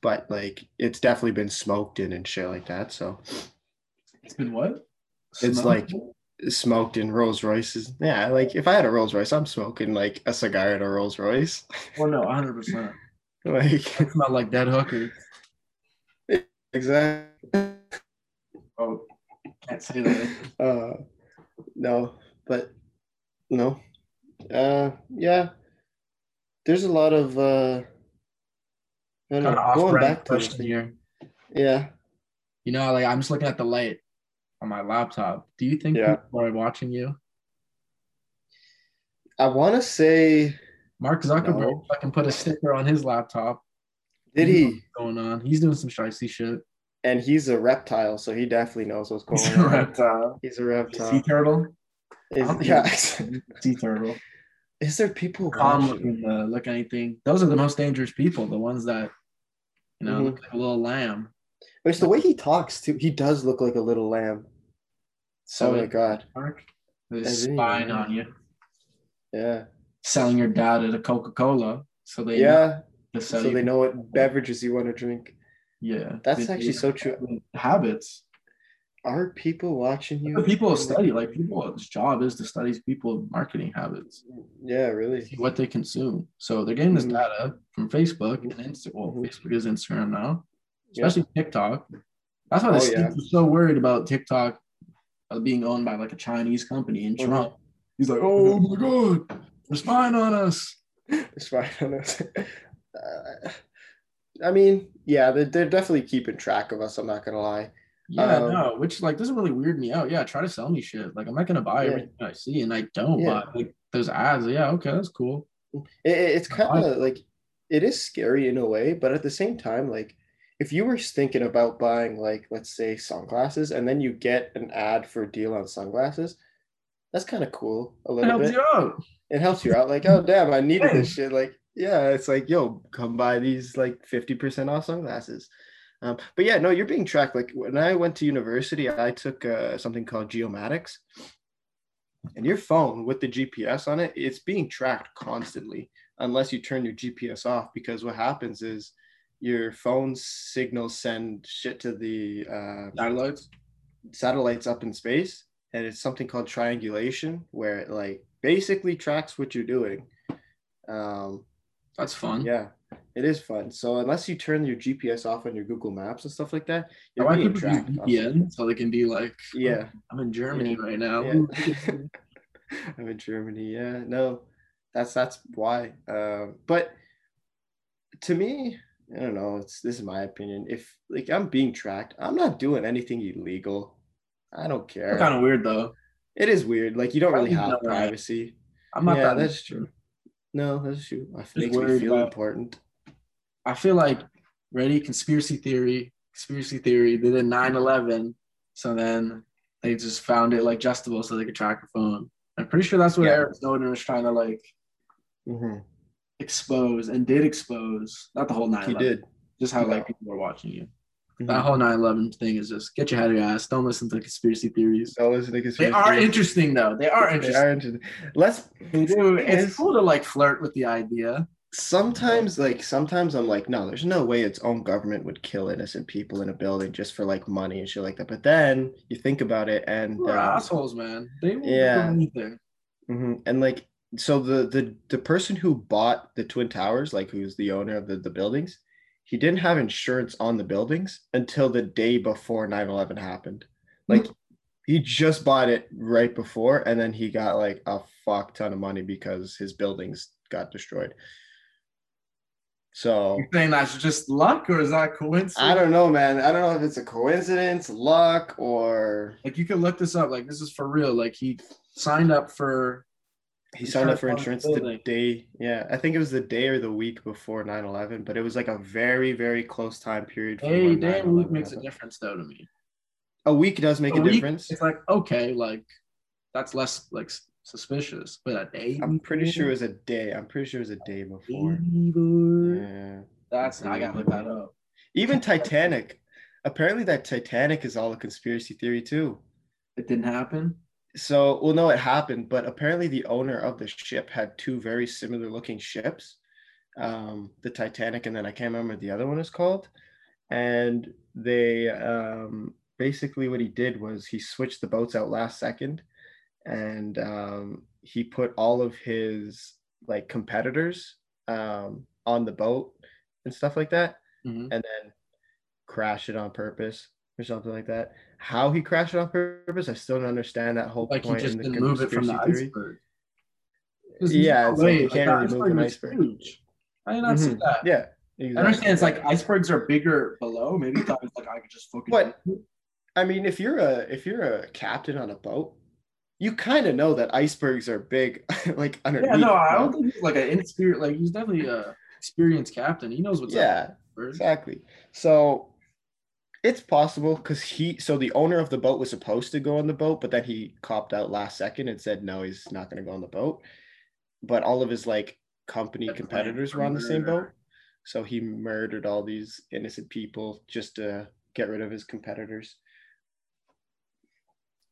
S2: but like it's definitely been smoked in and shit like that so
S1: It's been what?
S2: It's like- smoked in rolls royces yeah like if i had a rolls royce i'm smoking like a cigar at a rolls royce
S1: Well, no, 100. percent
S2: like
S1: It's not like dead hookers.
S2: exactly
S1: Oh, can't say that.
S2: uh no but no uh yeah there's a lot of uh I don't
S1: Kind of
S2: know, going
S1: off-brand
S2: back to
S1: question
S2: the,
S1: here.
S2: yeah
S1: You know, like I'm just looking at the light. on my laptop. Do you think
S2: Yeah.
S1: people are watching you?
S2: I want to say,
S1: Mark Zuckerberg
S2: No.
S1: fucking put a sticker on his laptop.
S2: did
S1: knows
S2: he?
S1: what's Going on, he's doing some shicey shit.
S2: And he's a reptile, so he definitely knows what's
S1: He's
S2: going
S1: a
S2: on.
S1: reptile.
S2: He's a
S1: Sea
S2: reptile.
S1: turtle.
S2: Is,
S1: don't think
S2: yeah.
S1: Sea turtle.
S2: Is there people
S1: Calm
S2: watching?
S1: looking, uh, look anything. Those are the most dangerous people. The ones that, you know,
S2: Mhm.
S1: look like a little lamb.
S2: But it's the way he talks too. He does look like a little lamb.
S1: So
S2: oh my god.
S1: Mark, they're
S2: That's really
S1: spying
S2: nice.
S1: on you,
S2: Yeah.
S1: selling your data to Coca Cola, so they know
S2: Yeah.
S1: to
S2: So
S1: sell you. Oh.
S2: they know what beverages you want to drink.
S1: yeah,
S2: That's
S1: They-
S2: actually so true.
S1: habits.
S2: Are people watching you?
S1: The people study like people's job is to study people's marketing habits,
S2: Yeah, really.
S1: see what they consume. So they're getting this
S2: Mhm.
S1: data from Facebook and Insta. Well,
S2: Mhm.
S1: Facebook is Instagram now,
S2: Yeah.
S1: especially TikTok. That's why the
S2: Oh,
S1: states
S2: yeah.
S1: are so worried about TikTok uh, being owned by like a Chinese company in
S2: Mhm.
S1: Trump. He's like,
S2: Uh-huh.
S1: oh my god, they're spying on us.
S2: It's fine. I know. Uh, I mean, yeah, they're, they're definitely keeping track of us. I'm not gonna lie.
S1: Yeah,
S2: Um,
S1: no, which like doesn't really weird me out. Yeah, try to sell me shit. Like I'm not gonna buy
S2: Yeah.
S1: everything I see, and I don't
S2: Yeah.
S1: buy like those ads. Yeah, okay, that's cool.
S2: It, it- it's kind of like it is scary in a way, but at the same time, like if you were thinking about buying like let's say sunglasses, and then you get an ad for a deal on sunglasses, that's kind of cool a
S1: It
S2: little
S1: helps
S2: bit.
S1: you out.
S2: It helps you out. Like, oh damn, I needed
S1: Hey.
S2: this shit. Like, yeah, it's like yo, come buy these like fifty percent off sunglasses. Um, but yeah, no, you're being tracked. Like when I went to university, I took uh, something called geomatics, and your phone with the GPS on it, it's being tracked constantly unless you turn your GPS off. Because what happens is your phone's signals send shit to the uh,
S1: Satellites.
S2: satellites up in space, and it's something called triangulation, where it like basically tracks what you're doing. Um,
S1: That's fun.
S2: yeah, it is fun. So unless you turn your GPS off on your Google Maps and stuff like that,
S1: Oh, I
S2: you're
S1: like
S2: being
S1: people use
S2: tracked. on-
S1: VPN so they can be like,
S2: Yeah,
S1: I'm in Germany right now.
S2: yeah. I'm in Germany. Yeah, no, that's that's why. Um, but to me, I don't know. It's this is my opinion. If like I'm being tracked, I'm not doing anything illegal. I don't care.
S1: kind of weird though.
S2: It is weird. Like you don't
S1: Why
S2: really
S1: would you know
S2: have
S1: that?
S2: privacy.
S1: I'm not
S2: Yeah,
S1: that.
S2: that's true. No, that's true. I
S1: Just
S2: makes me
S1: worried
S2: feel
S1: about-
S2: important.
S1: I feel like ready conspiracy theory, conspiracy theory. They did 9/11, so then they just found it like justable so they could track your phone. I'm pretty sure that's what
S2: Yeah.
S1: Eric Snowden was trying to like
S2: Mm-hmm.
S1: expose and did expose. Not the whole 9/11.
S2: He did. Mm-hmm.
S1: Just how like
S2: No.
S1: people were watching you. That whole 9/11 thing is just get your head out of your ass. Don't listen to conspiracy theories.
S2: That was like
S1: They are interesting though. They are
S2: They
S1: interesting.
S2: are interesting. Let's.
S1: They do. It's
S2: Yes.
S1: cool to like flirt with the idea.
S2: Sometimes, like sometimes, I'm like, no, there's no way its own government would kill innocent people in a building just for like money and shit like that. But then you think about it, and
S1: People are
S2: um,
S1: assholes, man. They will
S2: Yeah.
S1: do anything.
S2: Mhm. And like, so the the the person who bought the twin towers, like who's the owner of the, the buildings, he didn't have insurance on the buildings until the day before 9/11 happened. Like, he just bought it right before, and then he got like a fuck ton of money because his buildings got destroyed. So
S1: You're saying that's just luck or is that coincidence?
S2: I don't know, man. I don't know if it's a coincidence, luck, or
S1: Like you can look this up. Like this is for real. Like he signed up for
S2: He signed up for
S1: Insurance
S2: insurance
S1: on the
S2: the
S1: building.
S2: day, yeah, I think it was the day or the week before 9 11, but it was like a very, very close time period. from
S1: hey,
S2: when
S1: damn
S2: 9/11
S1: week makes a
S2: happened.
S1: difference though to me.
S2: A week does make
S1: A
S2: a,
S1: week-
S2: difference.
S1: It's like okay, like that's less like s- suspicious. But a day,
S2: I'm pretty sure it was a day. I'm pretty sure it was a day before.
S1: Evil.
S2: Yeah.
S1: That's I gotta look that up.
S2: Even Titanic. Apparently, that Titanic is all a conspiracy theory, too.
S1: It didn't happen.
S2: So, well, no, it happened, but apparently the owner of the ship had two very similar looking ships, um, the Titanic, and then I can't remember the other one is called. And they um, basically what he did was he switched the boats out last second, and um, he put all of his like competitors um, on the boat and stuff like that
S1: Mhm.
S2: and then crash it on purpose or something like that. How he crashed it on purpose, I still don't understand that whole
S1: Like he
S2: point
S1: just
S2: in the
S1: didn't move it from the
S2: conspiracy
S1: iceberg.
S2: theory. Yeah, it's like
S1: way.
S2: you can't
S1: that iceberg
S2: really move an
S1: was
S2: iceberg.
S1: huge. I did not see
S2: Mhm.
S1: that.
S2: Yeah,
S1: Mm-hmm. I
S2: exactly.
S1: understand it's like icebergs are bigger below. Maybe he thought it's like I could just fucking
S2: What? I mean, if you're a if you're a captain on a boat, you kind of know that icebergs are big, like underneath.
S1: Yeah, no, I
S2: you know?
S1: don't think he's like an inexperienced. Like he's definitely a experienced captain. He knows what's
S2: yeah,
S1: up. Bird.
S2: exactly. So it's possible because he so the owner of the boat was supposed to go on the boat, but then he copped out last second and said no, he's not going to go on the boat. But all of his like company
S1: That's
S2: competitors
S1: like
S2: were on the same boat,
S1: murder.
S2: so he murdered all these innocent people just to get rid of his competitors.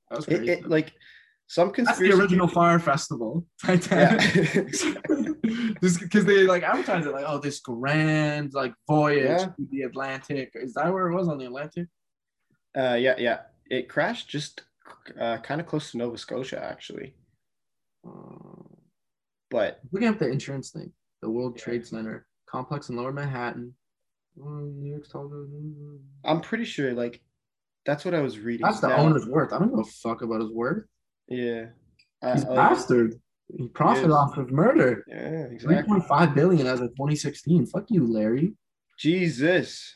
S1: That was
S2: It,
S1: crazy.
S2: it like some
S1: That's
S2: conspiracy.
S1: the original Fire Festival. Titanic.
S2: Yeah.
S1: Just because they like advertise it like, oh, this grand like voyage
S2: Yeah.
S1: to the Atlantic. Is that where it was on the Atlantic?
S2: Uh, yeah, yeah. It crashed just uh, kind of close to Nova Scotia, actually.
S1: Um,
S2: But
S1: looking up the insurance thing. The World
S2: Yeah.
S1: Trade Center complex in Lower Manhattan. Mm, New York's taller than-
S2: I'm pretty sure, like, that's what I was reading.
S1: That's the
S2: Now-
S1: owner's worth. I don't give a fuck about his worth.
S2: Yeah. I-
S1: He's
S2: I
S1: a
S2: like-
S1: bastard. He profited
S2: Yes.
S1: off of murder.
S2: yeah, exactly.
S1: 3.5 billion as of 2016. Fuck you, Larry.
S2: Jesus,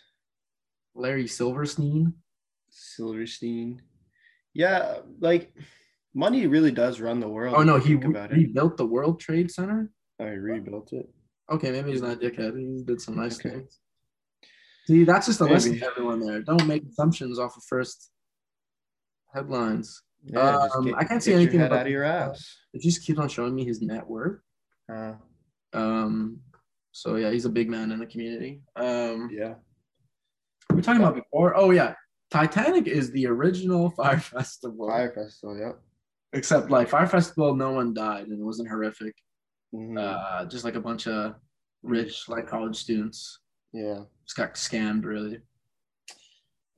S1: Larry Silverstein.
S2: Silverstein. Yeah, like, money really does run the world.
S1: Oh
S2: if
S1: no,
S2: you
S1: he
S2: think about it.
S1: rebuilt the World Trade Center.
S2: Oh, he rebuilt it.
S1: Okay, maybe he's not a dickhead. He did some nice
S2: Okay.
S1: things. See, that's just a lesson
S2: Maybe.
S1: to everyone there. Don't make assumptions off of first headlines.
S2: Yeah, just
S1: Um,
S2: get-
S1: I can't see
S2: get your
S1: anything
S2: head
S1: about
S2: out of your ass.
S1: It just keeps on showing me his net worth.
S2: Uh,
S1: Um, so yeah, he's a big man in the community. Um,
S2: yeah.
S1: we were talking about before. Oh yeah, Titanic is the original fire festival.
S2: Fire festival. Yep.
S1: Except like fire festival, no one died and it wasn't horrific.
S2: Mhm.
S1: Uh, just like a bunch of rich like college students
S2: yeah.
S1: just got scammed really.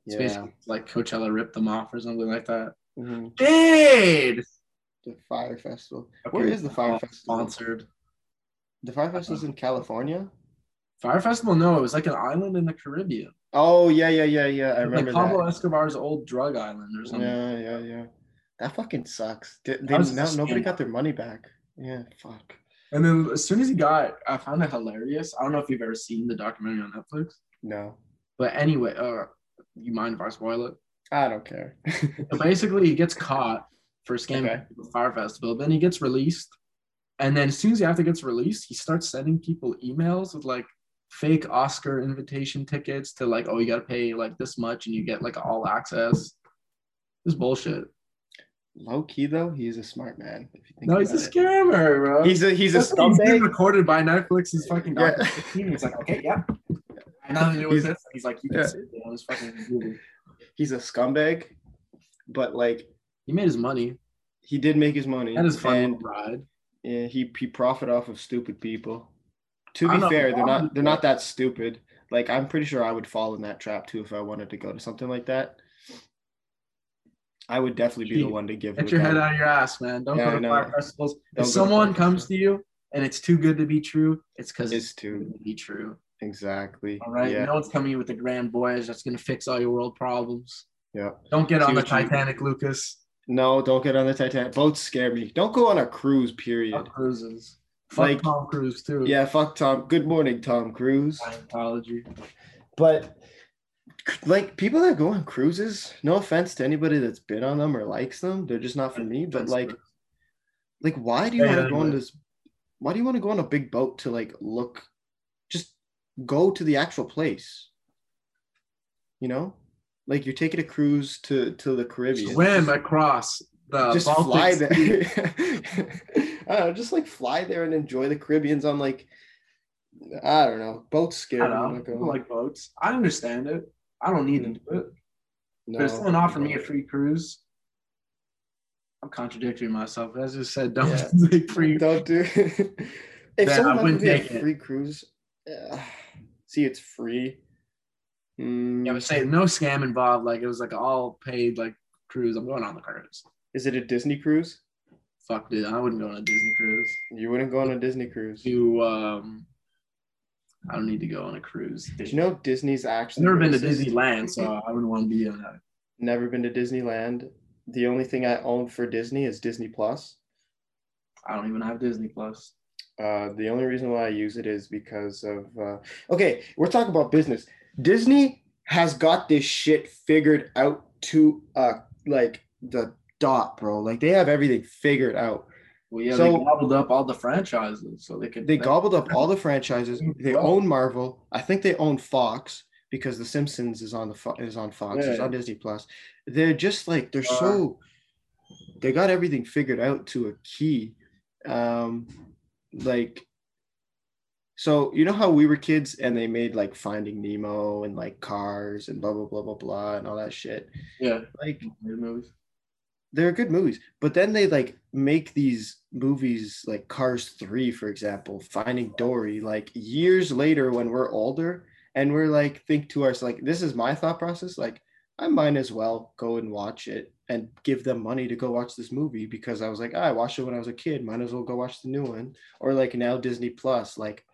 S1: It's
S2: Yeah.
S1: basically like Coachella ripped them off or something like that.
S2: Mhm.
S1: Dude,
S2: The fire festival. Where
S1: Okay,
S2: is the fire
S1: uh,
S2: festival?
S1: sponsored
S2: The Fire Festival's in California.
S1: fire festival? No, it was like an island in the Caribbean.
S2: Oh yeah, yeah, yeah, yeah. I remember
S1: like Pablo
S2: that.
S1: Escobar's old drug island or something.
S2: Yeah, yeah, yeah. That fucking sucks. They, they,
S1: That was
S2: no,
S1: just a
S2: nobody
S1: scam.
S2: got their money back. Yeah, fuck.
S1: And then as soon as he got, I found it hilarious. I don't know if you've ever seen the documentary on Netflix,
S2: No,
S1: but anyway, uh, you mind if I spoil it?
S2: I don't care.
S1: So basically, he gets caught for scamming
S2: Okay.
S1: people at Fire Festival. Then he gets released, and then as soon as he after gets released, he starts sending people emails with like fake Oscar invitation tickets to like, oh, you gotta pay like this much, and you get like all access. This bullshit.
S2: Low key though, he's a smart man. If you think
S1: No, he's a
S2: about
S1: scammer, bro.
S2: it. he's a he's a
S1: That's what he's being
S2: scumbag.
S1: recorded by Netflix's fucking
S2: Yeah.
S1: documentary. team. He's like, okay, yeah. I know who
S2: He's-
S1: was this. He's like, you can
S2: Yeah.
S1: sit there on this fucking computer.
S2: He's a scumbag, but like
S1: He made his money.
S2: he did make his money.
S1: That is fun
S2: And
S1: little ride.
S2: yeah, he he profit off of stupid people. To
S1: I
S2: be
S1: know,
S2: fair, they're
S1: I'm-
S2: not they're not that stupid. Like I'm pretty sure I would fall in that trap too if I wanted to go to something like that. I would definitely be the
S1: Gee,
S2: one to give.
S1: Get
S2: it
S1: your
S2: a
S1: head
S2: go.
S1: out of your ass, man. Don't
S2: Yeah, I
S1: go to
S2: know.
S1: fire festivals.
S2: Don't go
S1: if
S2: to
S1: someone
S2: fire
S1: comes to you and it's too good to be true, it's because
S2: It's
S1: it's
S2: too-
S1: too good to be true.
S2: Exactly.
S1: All right.
S2: Yeah.
S1: No one's coming with the grand voyage that's gonna fix all your world problems.
S2: Yeah.
S1: Don't get
S2: See
S1: on the
S2: what you-
S1: Titanic, Lucas.
S2: No, don't get on the Titanic. Boats scare me. Don't go on a cruise.
S1: Fuck
S2: Period.
S1: cruises. Fuck
S2: Like-
S1: Tom Cruise too.
S2: Yeah. Fuck Tom. Good morning, Tom Cruise.
S1: Scientology.
S2: But like people that go on cruises, no offense to anybody that's been on them or likes them, they're just not for me. But like, like why do you
S1: Yeah,
S2: want to go on
S1: anyway.
S2: this? Why do you want to go on a big boat to like look? Just go to the actual place. You know, like you're taking a cruise to to the Caribbean.
S1: swim across the
S2: just
S1: Baltic
S2: fly
S1: Sea.
S2: there. I don't know, just like fly there and enjoy the Caribbeans on like I don't know, boats scare
S1: I
S2: me.
S1: don't
S2: I'm
S1: know.
S2: not gonna-
S1: People like boats. I understand it. I don't need to do it.
S2: no,
S1: But if someone offered me
S2: no.
S1: a free cruise, I'm contradicting myself. As I just said, don't
S2: Yeah.
S1: take free.
S2: Don't do. if
S1: I
S2: someone offered
S1: wouldn't
S2: me a
S1: take it.
S2: free cruise, uh, see, it's free.
S1: I
S2: Mm,
S1: would say no scam involved. Like it was like all paid like cruise. I'm going on the cruise.
S2: is it a Disney cruise?
S1: Fuck, dude. I wouldn't go on a Disney cruise.
S2: You wouldn't go on a Disney cruise.
S1: To um, I don't need to go on a cruise.
S2: Did you know Disney's actually
S1: I've never been to
S2: racist?
S1: Disneyland, so I wouldn't want to be on that.
S2: Never been to Disneyland. The only thing I own for Disney is Disney Plus.
S1: I don't even have Disney Plus.
S2: Uh, the only reason why I use it is because of uh, okay, we're talking about business. Disney has got this shit figured out to uh like the dot, bro. Like they have everything figured out.
S1: Well, yeah, they
S2: So-
S1: gobbled up all the franchises, so they could.
S2: They gobbled up all the franchises. They own Marvel. I think they own Fox because The Simpsons is on the Fo- is on Fox. It's
S1: Yeah.
S2: on Disney Plus. They're just like they're so. They got everything figured out to a key, um, like. So you know how we were kids and they made like Finding Nemo and like Cars and blah blah blah blah blah and all that shit.
S1: yeah,
S2: Like
S1: weird movies.
S2: they're good movies but then they like make these movies like cars 3 for example finding dory like years later when we're older and we're like think to ourselves like this is my thought process like i might as well go and watch it and give them money to go watch this movie because i was like "Ah, i watched it when i was a kid might as well go watch the new one or like now disney plus like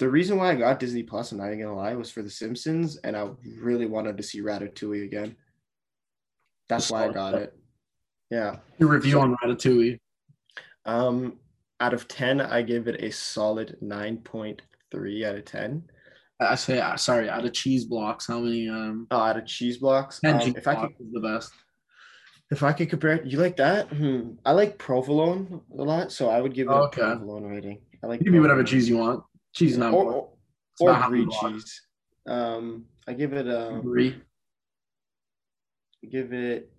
S2: the reason why i got disney plus i'm not even gonna lie was for the simpsons and i really wanted to see ratatouille again that's why i got it yeah
S1: Your review on Ratatouille.
S2: um, out of 10, I give it a solid 9.3 out of 10.
S1: I say, uh, sorry, out of cheese blocks, how many? Um,
S2: Uh, out of cheese blocks.
S1: ten
S2: um,
S1: cheese
S2: if I could
S1: blocks is the best.
S2: if I could compare it, you like that? Hmm. I like provolone a lot, so I would give it a
S1: Okay.
S2: provolone rating. I like
S1: You can be whatever
S2: provolone.
S1: cheese you want. Cheese is not
S2: or,
S1: important.
S2: or,
S1: It's
S2: or
S1: not how we
S2: brie
S1: block.
S2: cheese. Um I give it um
S1: Brie.
S2: give it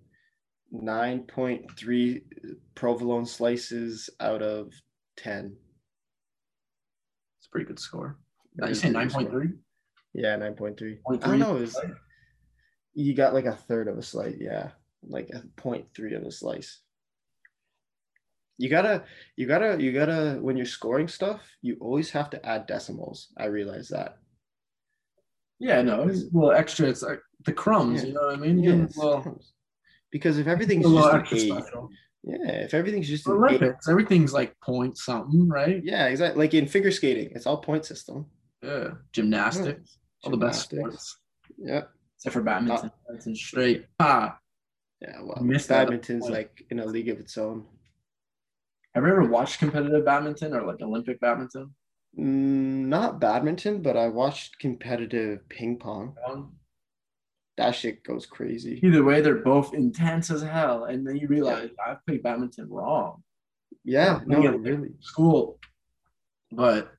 S2: 9.3 provolone slices out of 10.
S1: It's a pretty good score.
S2: It
S1: You
S2: is
S1: say
S2: a good
S1: nine
S2: score.
S1: point three?
S2: Yeah, nine point three. I
S1: 0.3.
S2: don't know. Is you got like a third of a slice? Yeah, like a point three of a slice. You gotta, you gotta, you gotta. When you're scoring stuff, you always have to add decimals. I realize that.
S1: Yeah, no, it's a little extra. It's like the crumbs.
S2: Yeah.
S1: You know what I mean? You give them
S2: Yes.
S1: a little,
S2: because if everything's
S1: a little
S2: just
S1: extra
S2: an eight,
S1: special.
S2: yeah, if everything's just an eight,
S1: Olympics, everything's like point something, right?
S2: yeah, exactly. Like in figure skating, it's all point system.
S1: Yeah. Gymnastics, all the best
S2: Gymnastics.
S1: sports,
S2: Yeah,
S1: except for badminton. Badminton straight. Ah,
S2: yeah. Well,
S1: Missed that
S2: badminton's
S1: point.
S2: like in a league of its own.
S1: have you ever watched competitive badminton or like Olympic badminton?
S2: Mm, not badminton, but I watched competitive ping pong.
S1: Um,
S2: That shit goes crazy.
S1: Either way, they're both intense as hell, and then you realize I played badminton wrong.
S2: Yeah, no,
S1: Yeah.
S2: really.
S1: School, but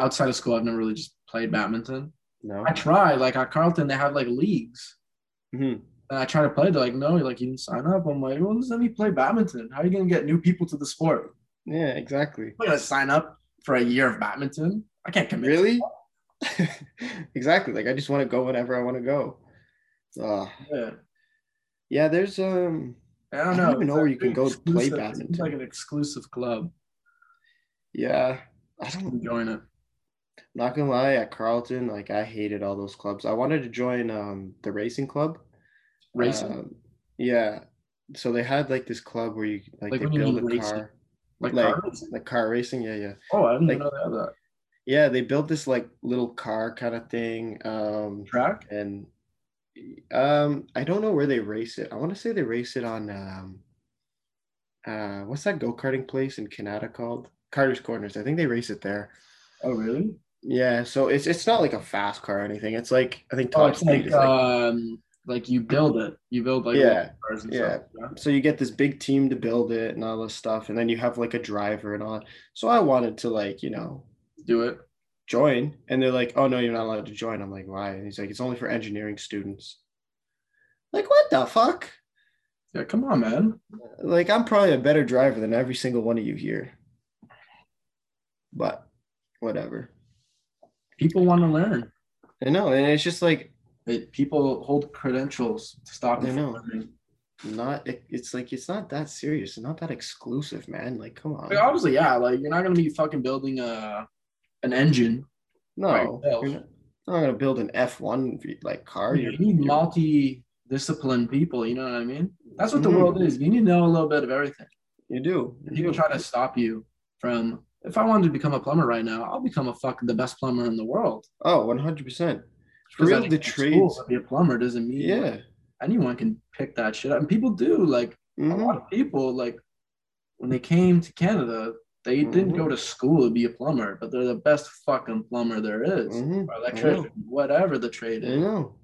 S1: outside of school, I've never really just played badminton.
S2: No.
S1: I tried, like at Carleton, they have like leagues.
S2: Mhm.
S1: And I try to play. They're like, no, like you didn't sign up. I'm like, well, just let me play badminton. How are you gonna get new people to the sport?
S2: Yeah, exactly.
S1: I'm not gonna sign up for a year of badminton. I can't commit.
S2: Really? exactly. Like I just want to go whenever I want to go. Uh,
S1: Yeah.
S2: yeah, there's um
S1: I don't
S2: I
S1: know.
S2: don't even know
S1: It's
S2: where
S1: like
S2: you can go to play
S1: exclusive- it seems
S2: badminton.
S1: Like an exclusive club.
S2: yeah, I don't Uh,
S1: I'm enjoying it.
S2: not gonna lie, at Carlton, like I hated all those clubs. I wanted to join um the racing club.
S1: Racing.
S2: Um, yeah. So they had like this club where you like,
S1: Like,
S2: they
S1: what do you
S2: build a
S1: mean racing?
S2: car.
S1: like,
S2: like-
S1: car racing?
S2: Like car racing, yeah, yeah.
S1: Oh, I didn't
S2: like-
S1: know they had that.
S2: Yeah, they built this like little car kind of thing. Um
S1: Track?
S2: and um i don't know where they race it i want to say they race it on um uh what's that go-karting place in canada called carter's corners i think they race it there
S1: Oh, really?
S2: yeah so it's it's not like a fast car or anything it's like i think
S1: Oh,
S2: top
S1: it's
S2: speed
S1: like
S2: is like
S1: um, like you build it. You build like
S2: Yeah,
S1: little cars and
S2: yeah.
S1: stuff. Yeah.
S2: so you get this big team to build it and all this stuff and then you have like a driver and all so i wanted to like you know
S1: Do it.
S2: join and they're like oh no you're not allowed to join i'm like why and he's like it's only for engineering students like what the fuck
S1: Yeah, come on, man.
S2: like I'm probably a better driver than every single one of you here. But whatever.
S1: People want to learn.
S2: I know, and it's just like
S1: It, people hold credentials to stop
S2: I
S1: them
S2: know.
S1: from learning.
S2: not it, it's like it's not that serious, it's not that exclusive, man. Like come on.
S1: Like, obviously, yeah. Like you're not gonna be fucking building a an engine.
S2: No.
S1: Right.
S2: You're not, you're not gonna build an F1 v- like car.
S1: You
S2: You're-
S1: need
S2: you're-
S1: multi-disciplined people. You know what I mean? That's what the
S2: Mhm.
S1: world is. You need to know a little bit of everything.
S2: You do. You
S1: People
S2: do.
S1: try to stop you from. If I wanted to become a plumber right now, I'll become a fucking the best plumber in the world.
S2: Oh, 100 percent For
S1: Because I
S2: real,
S1: think
S2: the
S1: in school,
S2: trades.
S1: To be a plumber doesn't mean like,
S2: Yeah.
S1: anyone can pick that shit up, and people do. Like a
S2: Mhm.
S1: lot of people, like when they came to Canada, they didn't
S2: Mhm.
S1: go to school to be a plumber, but they're the best fucking plumber there is,
S2: Mhm.
S1: or electrician, whatever the trade
S2: I
S1: is.
S2: know.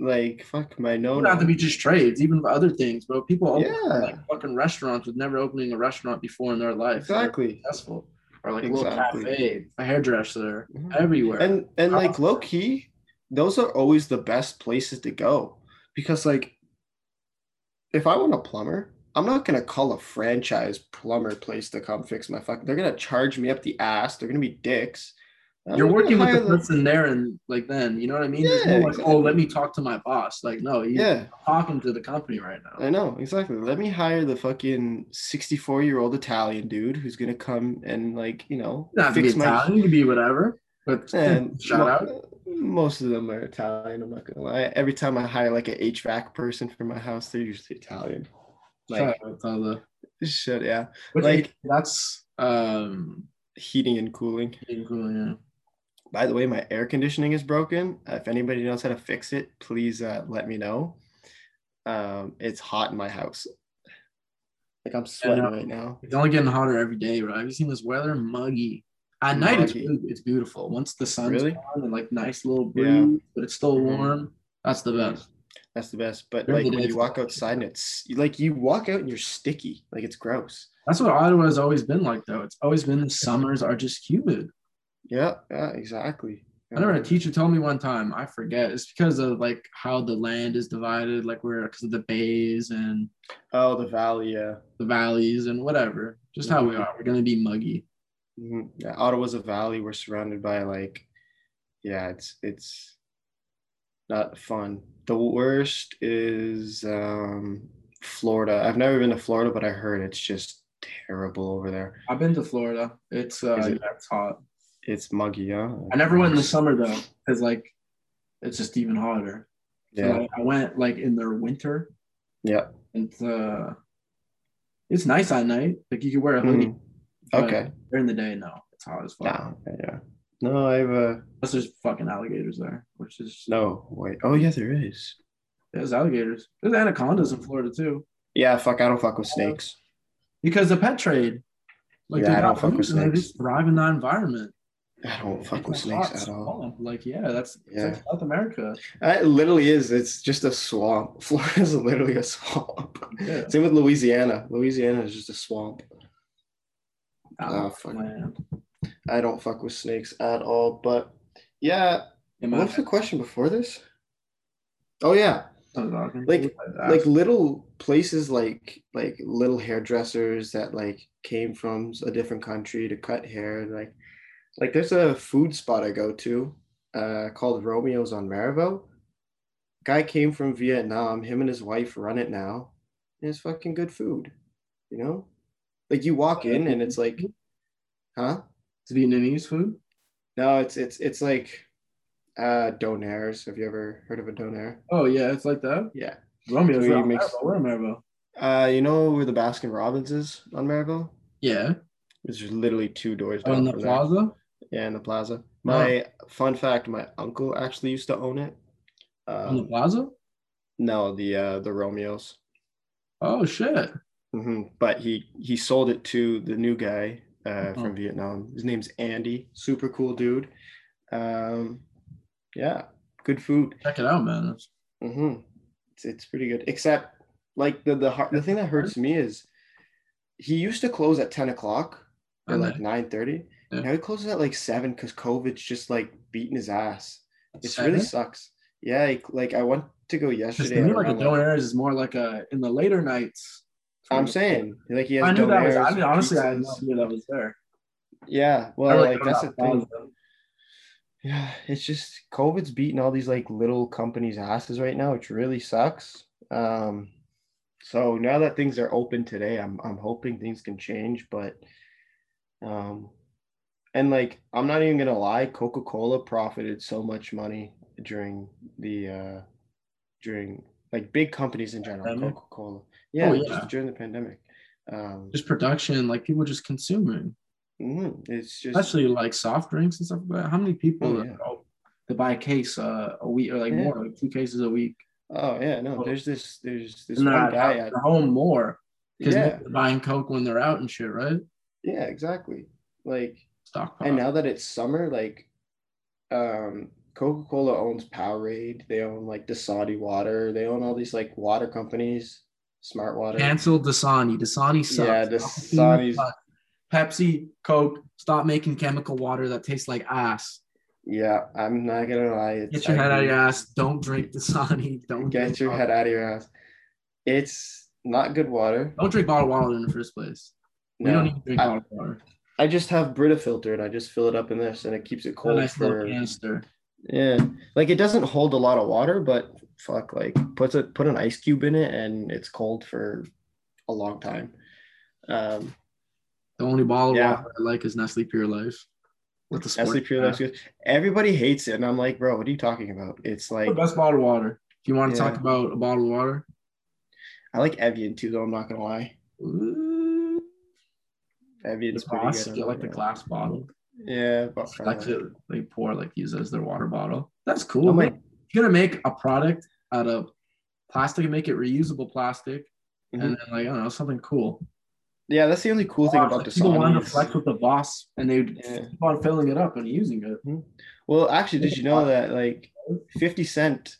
S2: like fuck my
S1: It
S2: Oh, no.
S1: don't have to be just trades, even for other things, bro. People open
S2: Yeah.
S1: like fucking restaurants with never opening a restaurant before in their life. They're
S2: exactly.
S1: Successful. Or like a little
S2: Exactly.
S1: cafe, a hairdresser,
S2: Mhm.
S1: everywhere.
S2: and and like low key those are always the best places to go because like if i want a plumber i'm not going to call a franchise plumber place to come fix my fuck they're going to charge me up the ass they're going to be dicks I'm
S1: You're
S2: not gonna
S1: working with the
S2: hire them.
S1: person there and like then, you know what I mean? There's
S2: Yeah,
S1: no like,
S2: exactly.
S1: oh, let me talk to my boss. Like, no, you're
S2: yeah
S1: talking to the company right now.
S2: i know exactly let me hire the fucking 64 year old italian dude who's going to come and like you know
S1: You don't have to be Italian, you can be whatever. But
S2: And
S1: shout out.
S2: Most of them are Italian. I'm not gonna lie. Every time I hire like an HVAC person for my house, they're usually Italian. Like
S1: shout out to all the-
S2: shit, yeah.
S1: Which
S2: Like-
S1: is- that's um
S2: Heating and cooling.
S1: pretty cool, yeah.
S2: By the way, my air conditioning is broken. Uh, If anybody knows how to fix it, please uh, let me know. Um, it's hot in my house. Like I'm sweating
S1: Yeah.
S2: right now.
S1: It's only getting hotter every day, bro. Have you seen this weather? Muggy. At night, it's,
S2: Muggy.
S1: beau- it's beautiful. Once the sun's
S2: Really?
S1: on and like nice little breeze,
S2: Yeah.
S1: but it's still
S2: Mhm.
S1: warm. That's the
S2: Mhm.
S1: best.
S2: That's the best. But
S1: During
S2: like
S1: the
S2: when
S1: day,
S2: you
S1: it's
S2: walk
S1: hot.
S2: outside and it's like you walk out and you're sticky. Like it's gross.
S1: That's what Ottawa has always been like, though. It's always been the summers are just humid.
S2: Yeah. Yeah. Exactly.
S1: I remember a teacher told me one time, I forget, it's because of like how the land is divided, like we're because of the bays and
S2: Oh, the valley. Yeah.
S1: the valleys and whatever. Just how we are. We're gonna be muggy.
S2: Mhm. Yeah, Ottawa's a valley. We're surrounded by like, yeah, it's it's not fun. The worst is um, Florida. I've never been to Florida, but I heard it's just terrible over there.
S1: I've been to Florida. It's uh
S2: Is it-
S1: yeah, it's hot.
S2: It's muggy, huh?
S1: I never went in the summer though, because like it's just even hotter. So
S2: Yeah,
S1: like, I went like in their winter.
S2: yeah.
S1: And It's uh it's nice at night. Like you could wear a hoodie.
S2: Mhm.
S1: but
S2: Okay.
S1: During the day, no. It's hot as fuck.
S2: No, yeah. No, I've uh,
S1: Plus there's fucking alligators there, which is
S2: no. Wait. Oh yeah, there is.
S1: there's alligators. There's anacondas in Florida too.
S2: Yeah, fuck. I don't fuck with snakes.
S1: because the pet trade, like
S2: Yeah, I
S1: they're
S2: don't
S1: not
S2: fuck with
S1: losing, they
S2: snakes.
S1: just thrive in that environment.
S2: I don't fuck with
S1: It's a hot
S2: snakes at all.
S1: swamp. Like, yeah, that's it's like
S2: Yeah.
S1: South America.
S2: Uh, It literally is. It's just a swamp. Florida's literally a swamp.
S1: Yeah.
S2: Same with Louisiana. Louisiana is just a swamp. Oh, fuck.
S1: man.
S2: I don't fuck with snakes at all. But yeah,
S1: Am I-
S2: what was the question before this? Oh yeah,
S1: I'm talking.
S2: Like- like little places like like little hairdressers that like came from a different country to cut hair. Like like there's a food spot I go to uh, called Romeo's on Marivaux. Guy came from Vietnam. Him and his wife run it now. And it's fucking good food, you know. Like you walk in and it's like, huh?
S1: it's Vietnamese food.
S2: No, it's it's it's like uh donairs. Have you ever heard of a donair?
S1: Oh yeah, it's like that.
S2: Yeah.
S1: Romeo's
S2: So you
S1: not
S2: mix-
S1: Maribel. We're in Maribel.
S2: Uh you know where the Baskin Robbins is on Maryville?
S1: Yeah.
S2: It's just literally two doors
S1: Oh,
S2: down
S1: in the
S2: from there.
S1: plaza.
S2: Yeah, in the plaza. My fun fact, my uncle actually used to own it.
S1: On the
S2: Um,
S1: plaza.
S2: no, the uh the Romeos.
S1: Oh shit.
S2: hmm But he he sold it to the new guy uh,
S1: Oh.
S2: from Vietnam. His name's Andy. Super cool dude. Um, yeah, good food.
S1: Check it out, man. That's-
S2: Mm-hmm. It's, it's pretty good. Except like the the har- the thing that hurts me is he used to close at ten o'clock or
S1: I
S2: like nine thirty.
S1: Yeah.
S2: Now he closes at like seven because COVID's just like beating his ass. It
S1: It's
S2: really sucks. Yeah, like, like I went to go
S1: Just
S2: yesterday.
S1: to me,
S2: at
S1: like a
S2: around, like-
S1: donaires is more like a in the later nights.
S2: I'm saying like he has
S1: I knew that was. I
S2: Donairs,
S1: mean, honestly, I had no
S2: pizzas.
S1: idea that was there.
S2: Yeah,
S1: I
S2: well,
S1: really
S2: like
S1: thought
S2: that's the
S1: that
S2: thing.
S1: plaza.
S2: Yeah, it's just COVID's beating all these like little companies' asses right now, which really sucks. Um, so now that things are open today, I'm I'm hoping things can change, but um, and like I'm not even gonna lie, Coca-Cola profited so much money during the uh during like big companies in general,
S1: Pandemic? Oh,
S2: Coca-Cola. Yeah,
S1: yeah.
S2: just during the pandemic. Um,
S1: just production, like people just consuming,
S2: mhm, it's just
S1: especially like soft drinks and stuff like that. How many people
S2: Oh,
S1: that-
S2: yeah.
S1: oh, they buy a case uh, a week or like
S2: Yeah.
S1: more, like two cases a week,
S2: oh yeah, no,
S1: Oh.
S2: there's this there's this
S1: and they're
S2: one
S1: at,
S2: guy
S1: at
S2: at,
S1: home more because
S2: yeah.
S1: they're buying coke when they're out and shit, right?
S2: Yeah, exactly. Like,
S1: Stockpile.
S2: and now that it's summer, like, um, Coca Cola owns Powerade. They own like Dasani water. They own all these like water companies, Smart Water.
S1: Cancel Dasani. Dasani sucks.
S2: Yeah, Dasani's-
S1: Sucks. Pepsi, Coke, stop making chemical water that tastes like ass.
S2: yeah, I'm not gonna lie. it's-
S1: Get your
S2: I
S1: head out of
S2: agree.
S1: your ass. Don't drink Dasani. Don't drink
S2: Get your
S1: bottled-
S2: head out of your ass. It's not good water.
S1: Don't drink bottled water in the first place. Oh, We
S2: No.
S1: don't need to drink
S2: I-
S1: bottled water.
S2: I just have Brita filter and I just fill it up in this and it keeps it
S1: A
S2: cold
S1: nice
S2: for
S1: little canister.
S2: yeah. Like it doesn't hold a lot of water, but fuck, like puts it put an ice cube in it and it's cold for a long time. Um,
S1: The only bottled
S2: Yeah.
S1: water I like is Nestle Pure Life. With the
S2: Nestle
S1: squirt.
S2: Pure Life's good. Everybody hates it, and I'm like, bro, what are you talking about? It's like
S1: The best bottled water. If you want to
S2: Yeah.
S1: talk about a bottled water,
S2: I like Evian too, though. I'm not gonna lie,
S1: ooh, the
S2: Evian's pretty
S1: glass,
S2: good.
S1: get like the
S2: yeah.
S1: glass bottle.
S2: Yeah, but
S1: Like it, they pour like use it as their water bottle. That's cool.
S2: I'm
S1: man.
S2: like,
S1: you're gonna make a product out of plastic and make it reusable plastic,
S2: Mm-hmm.
S1: and then like I don't know something cool.
S2: yeah, that's the only cool thing about
S1: Like, people wanted
S2: Dasani.
S1: to
S2: is-
S1: flex with the Voss, and they would
S2: Yeah. Mm-hmm.
S1: keep on filling it up and using it.
S2: Well, actually, did you know that like 50 Cent,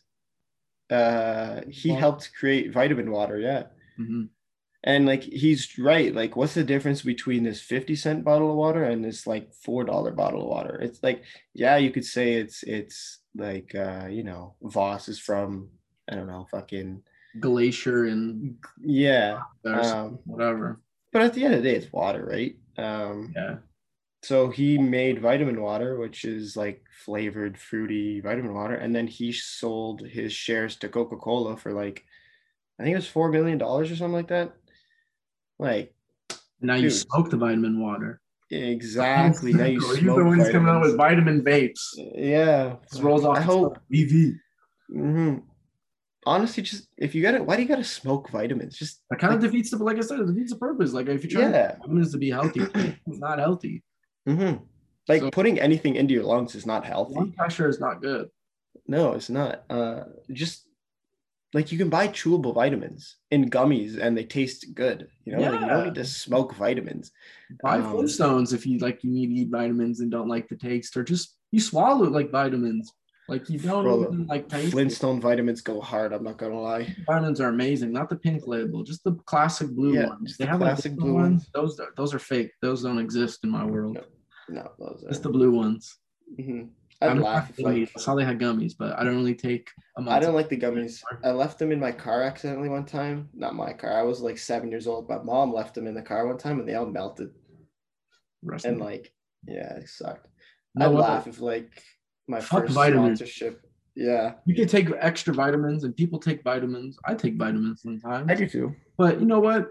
S2: uh, he
S1: Water.
S2: helped create vitamin water. Yeah.
S1: Mhm.
S2: And like he's right. Like, what's the difference between this 50 cent bottle of water and this like four dollar bottle of water? It's like, yeah, you could say it's it's like uh, you know, Voss is from I don't know, fucking
S1: Glacier and
S2: yeah.
S1: there's
S2: Um,
S1: whatever.
S2: but at the end of the day, it's water, right? Um
S1: Yeah,
S2: so he made vitamin water, which is like flavored fruity vitamin water, and then he sold his shares to Coca-Cola for like I think it was four million dollars or something like that. Like
S1: and now you
S2: dude.
S1: smoke the vitamin water.
S2: Exactly. Now you
S1: You're
S2: smoke
S1: the one who's coming out with
S2: vitamins.
S1: vitamin vapes.
S2: Yeah.
S1: This rolls off.
S2: I
S1: the
S2: hope.
S1: tongue. VV.
S2: hmm Honestly, just if you gotta, why do you gotta smoke vitamins? Just
S1: That kind of defeats the like I said, it defeats the purpose. Like if you're trying to
S2: yeah.
S1: get vitamins to be healthy, it's not healthy.
S2: hmm Like
S1: So-
S2: putting anything into your lungs is not healthy.
S1: Blood pressure is not good.
S2: No, it's not. Uh, just like you can buy chewable vitamins in gummies, and they taste good. You know, like, you
S1: Yeah.
S2: don't need to smoke vitamins.
S1: Buy
S2: Um,
S1: Flintstones if you like you need to eat vitamins and don't like the taste, or just you swallow it like vitamins. Like you don't
S2: Bro,
S1: even like taste. it.
S2: Flintstone vitamins go hard. I'm not gonna lie.
S1: Vitamins are amazing. Not the pink label, just the classic blue
S2: Yeah,
S1: ones.
S2: just
S1: They
S2: the
S1: have like
S2: classic
S1: different
S2: blue
S1: ones. Those are, those are fake. Those don't exist in my world.
S2: No, No, those
S1: Just
S2: are.
S1: the blue ones.
S2: Mhm. I'd
S1: I'm
S2: laugh. if,
S1: not gummies.
S2: Like,
S1: I saw they had gummies, but I don't really take. A
S2: I don't like the gummies. I left them in my car accidentally one time. Not my car. I was like seven years old. My mom left them in the car one time, and they all melted.
S1: Rest
S2: And
S1: in-
S2: like, yeah, it sucked.
S1: No,
S2: I'd
S1: what-
S2: laugh if like my
S1: Fuck
S2: first
S1: vitamins.
S2: sponsorship. Yeah,
S1: You can take extra vitamins, and people take vitamins. I take vitamins sometimes,
S2: do too.
S1: but you know what?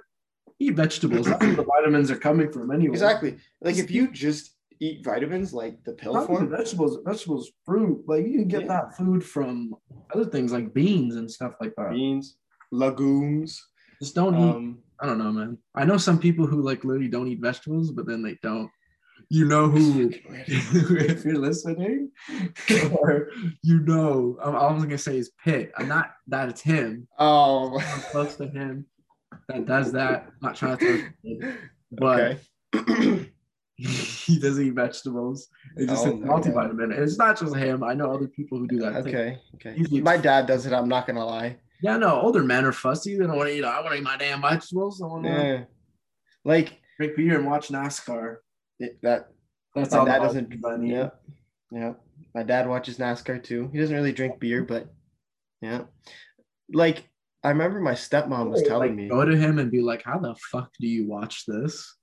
S1: Eat vegetables. That's where the vitamins are coming from anyway.
S2: Exactly. Like if you just eat vitamins, like the pill
S1: Not even
S2: form.
S1: vegetables, vegetables, fruit. Like you can get
S2: Yeah.
S1: that food from other things like beans and stuff like that.
S2: Beans, legumes.
S1: Just don't eat.
S2: Um,
S1: I don't know, man. I know some people who like literally don't eat vegetables, but then they don't. You know who? if you're listening, or you know, I'm, all I'm gonna say is Pitt. I'm not that it's him.
S2: oh.
S1: I'm close to him that does that. I'm not trying to, throw shade, but
S2: okay.
S1: he doesn't eat vegetables. It's just
S2: Oh
S1: a
S2: my God.
S1: multivitamin. And it's not just him. I know other people who do that. too.
S2: okay. Okay.
S1: Usually-
S2: My dad does it. I'm not gonna lie.
S1: Yeah, no, older men are fussy. They don't want to eat. I want to eat my damn vegetables. I want to
S2: Yeah. Like
S1: drink beer and watch NASCAR.
S2: it- that
S1: That's
S2: My
S1: all.
S2: dad
S1: the
S2: doesn't-
S1: veggies I need.
S2: Yeah. Yeah. My dad watches NASCAR too. He doesn't really drink beer, but yeah. Like I remember my stepmom was telling me,
S1: Go to him and be like, "How the fuck do you watch this?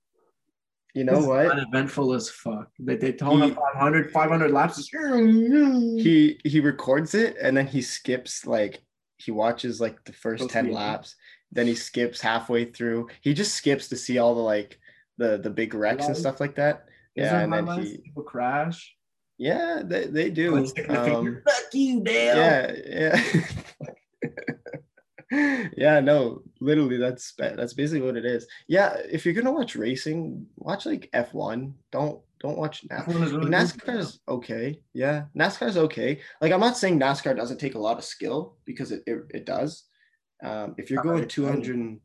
S2: you
S1: This
S2: know
S1: is
S2: what?
S1: Uneventful as fuck." They they told him
S2: He-
S1: 500, 500 laps. Is, he,
S2: He he records it and then he skips like he watches like the first
S1: Those
S2: 10
S1: videos.
S2: laps, then he skips halfway through. He just skips to see all the like the the big wrecks and
S1: Highlights?
S2: stuff like that. Yeah, and then he
S1: people crash.
S2: yeah, they, they do.
S1: Like, sticking the
S2: Um,
S1: finger, fuck you, Dale.
S2: yeah yeah yeah no literally that's ba- that's basically what it is yeah if you're gonna watch racing watch like f1 don't don't watch
S1: That's
S2: NASCAR.
S1: one of those really good videos.
S2: nascar's okay yeah nascar's okay like i'm not saying nascar doesn't take a lot of skill because it it, it does um if you're
S1: Not very
S2: going 200 and-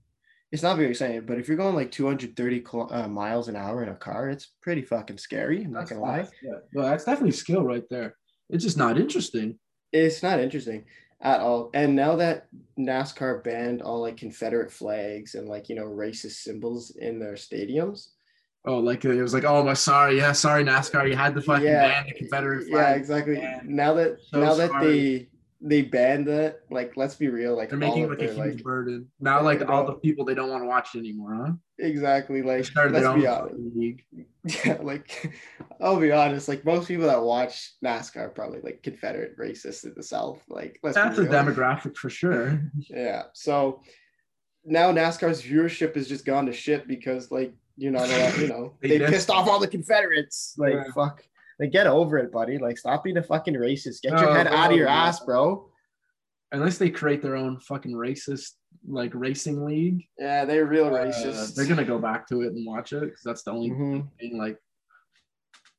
S2: it's not very exciting but if you're going like 230 kilo, uh, miles an hour in a car it's pretty fucking scary i'm not
S1: That's
S2: gonna lie
S1: fast, Yeah. No, that's definitely skill right there. It's just not interesting.
S2: It's not interesting at all. And now that NASCAR banned all like Confederate flags and like, you know, racist symbols in their stadiums.
S1: Oh, like it was like, oh my, sorry, yeah, sorry, NASCAR, you had to fucking
S2: Yeah.
S1: ban the Confederate
S2: Yeah,
S1: flag.
S2: exactly.
S1: Man,
S2: Now that
S1: so
S2: now that
S1: sorry.
S2: they they banned that, like let's be real, like
S1: They're
S2: all
S1: making it
S2: of
S1: like a
S2: their,
S1: huge
S2: like
S1: burden now.
S2: Yeah,
S1: Like
S2: they're
S1: all
S2: all-
S1: the people, they don't want to watch it anymore, huh?
S2: exactly
S1: They
S2: like
S1: started their
S2: let's
S1: own
S2: be honest.
S1: fucking league.
S2: Yeah, like I'll be honest, like most people that watch NASCAR are probably like Confederate racists in the South. Like let's
S1: That's
S2: be
S1: a
S2: real.
S1: demographic for sure.
S2: Yeah. So now NASCAR's viewership has just gone to shit because like you're not allowed, you know,
S1: They
S2: they,
S1: did.
S2: pissed off all the Confederates. Like
S1: Yeah.
S2: fuck. Like get over it, buddy. Like stop being a fucking racist. Get
S1: No,
S2: your head out
S1: no,
S2: of your
S1: no.
S2: ass, bro.
S1: Unless they create their own fucking racist like racing league,
S2: Yeah, they're real
S1: uh,
S2: racists.
S1: they're gonna go back to it and watch it because that's the only
S2: Mhm.
S1: thing. Like,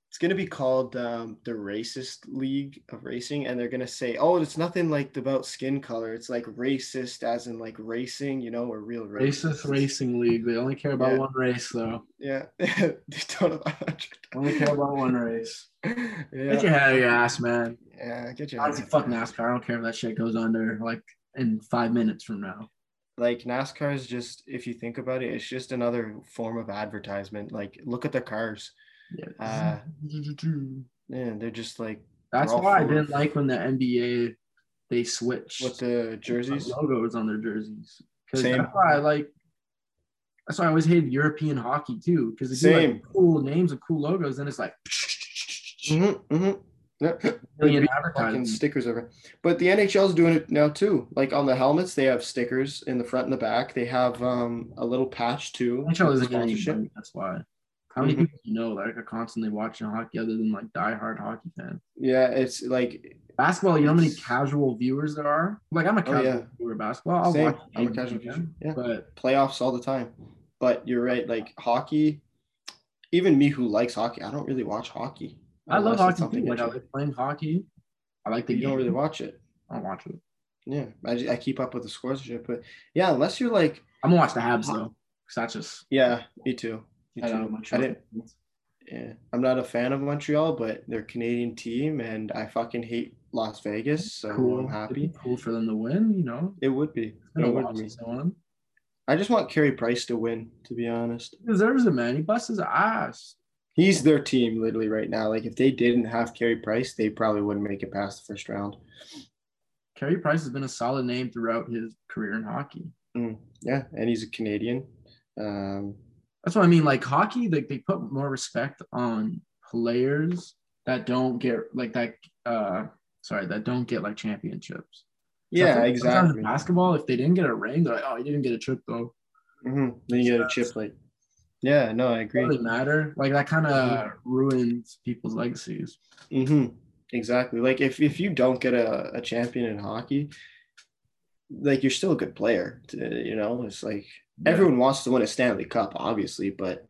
S2: It's gonna be called um, the racist league of racing, and they're gonna say, "Oh, it's nothing like about skin color. It's like racist, as in like racing. You know, we're real racists."
S1: racist racing league. They only care about
S2: Yeah.
S1: one race though.
S2: Yeah, they don't.
S1: Only care about one race. Get
S2: yeah,
S1: your head out of your ass, man.
S2: yeah, get your.
S1: I don't fuck NASCAR. I don't care if that shit goes under like in five minutes from now.
S2: like NASCAR is just if you think about it, it's just another form of advertisement. Like look at the cars.
S1: Yeah.
S2: Uh, Yeah, they're just like
S1: That's
S2: they're all
S1: why I
S2: full
S1: didn't
S2: of-
S1: like when the NBA they switched
S2: with the jerseys.
S1: logos on their jerseys. Because
S2: Same.
S1: that's why I like. That's why I always hated European hockey too, because they do
S2: Same.
S1: like cool names and cool logos, and it's like
S2: Mhm, mhm. Yeah.
S1: million
S2: fucking
S1: advertising.
S2: stickers over. But the NHL's doing it now too. Like on the helmets, they have stickers in the front and the back. They have um a little patch too.
S1: NHL
S2: with
S1: isn't getting any
S2: sponsorship.
S1: money, That's why. How many
S2: Mhm.
S1: people do you know that are constantly watching hockey other than like diehard hockey fans?
S2: Yeah, it's like
S1: Basketball, you know how many casual viewers there are? Like I'm a casual
S2: Oh, yeah.
S1: viewer of basketball. I'll
S2: Same.
S1: watch
S2: I'm a
S1: games,
S2: casual
S1: yeah,
S2: viewer. Yeah.
S1: But
S2: playoffs all the time. But you're right, like hockey. Even me, who likes hockey, I don't really watch hockey.
S1: I love
S2: unless
S1: hockey
S2: it's something
S1: too. Like I
S2: interesting.
S1: like playing hockey. I like the
S2: you
S1: game.
S2: don't really watch it.
S1: I don't watch it.
S2: Yeah, I, ju- I keep up with the scores and shit, but yeah, unless you're like,
S1: I'm gonna watch the Habs though, because that's just
S2: yeah, me too. Me
S1: I don't know
S2: too.
S1: much.
S2: I
S1: about
S2: didn't. Yeah, I'm not a fan of Montreal, but they're a Canadian team, and I fucking hate Las Vegas, so
S1: Cool.
S2: I'm happy.
S1: It'd be cool for them to win. You know,
S2: It would be.
S1: I
S2: It
S1: don't
S2: would
S1: watch
S2: be.
S1: this one.
S2: I just want Carey Price to win, to be honest.
S1: He deserves it, man. He busts his ass.
S2: He's their team literally right now. Like if they didn't have Carey Price, they probably wouldn't make it past the first round.
S1: Carey Price has been a solid name throughout his career in hockey.
S2: Yeah, and he's a Canadian. Um,
S1: That's what I mean. Like hockey, like they put more respect on players that don't get like that. Uh, sorry, that don't get like championships. So I
S2: yeah,
S1: think sometimes in
S2: exactly.
S1: Basketball, if they didn't get a ring, they're like, oh, he didn't get a chip though.
S2: hmm Then you get a chip like. Yeah, no, I agree.
S1: Doesn't matter. Like that kind of
S2: Mm-hmm.
S1: ruins people's legacies.
S2: hmm Exactly. Like if, if you don't get a, a champion in hockey, like you're still a good player. to- you know, it's like everyone wants to win a Stanley Cup, obviously, but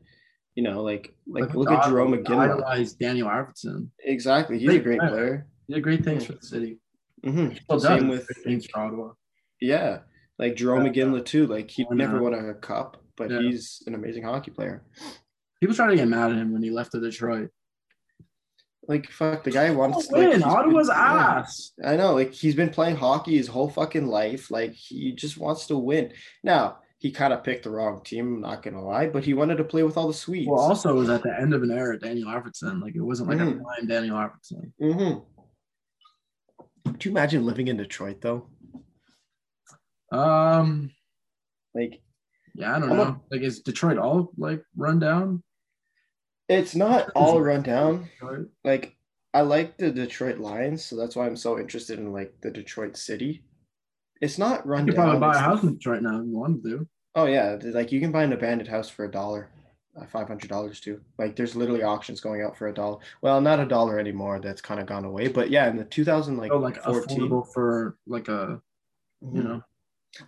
S2: you know, like like look at
S1: Dodd-
S2: Jerome McGinley.
S1: Idolized Daniel Arvidsson.
S2: Exactly, he's a
S1: Great
S2: great
S1: player.
S2: player.
S1: He did great things for the city.
S2: hmm
S1: He still
S2: Same
S1: does
S2: with
S1: great things for Ottawa.
S2: yeah, like Jerome
S1: Yeah.
S2: McGinley too. Like he
S1: Why
S2: never
S1: not?
S2: won a cup, but
S1: Yeah.
S2: he's an amazing hockey player.
S1: People try to get mad at him when he left to Detroit.
S2: Like fuck, the guy
S1: Oh,
S2: wants like,
S1: win
S2: he's been-
S1: Ottawa's
S2: yeah.
S1: ass.
S2: I know, like he's been playing hockey his whole fucking life. Like he just wants to win. Now he kind of picked the wrong team. I'm not gonna lie, but he wanted to play with all the Swedes.
S1: Well, also it was at the end of an era, Daniel Arvidsson. Like it wasn't like a
S2: Mhm.
S1: prime Daniel Arvidsson.
S2: Mhm. Could you imagine living in Detroit though?
S1: Um,
S2: Like
S1: yeah, I don't
S2: I'm
S1: know.
S2: a-
S1: like is Detroit all like run down?
S2: it's not all run down.
S1: Detroit?
S2: Like I like the Detroit Lions, so that's why I'm so interested in like the Detroit city. It's not
S1: You
S2: run
S1: could probably
S2: down.
S1: buy a
S2: it's-
S1: house in Detroit now if you wanted to.
S2: Oh yeah, th- like you can buy an abandoned house for a dollar, uh, five hundred dollars too. Like there's literally auctions going out for a dollar. Well, not a dollar anymore. That's kind of gone away. But yeah, in the two thousand like
S1: So Oh, like
S2: fourteen, Mm-hmm. Mm.
S1: affordable for like a you know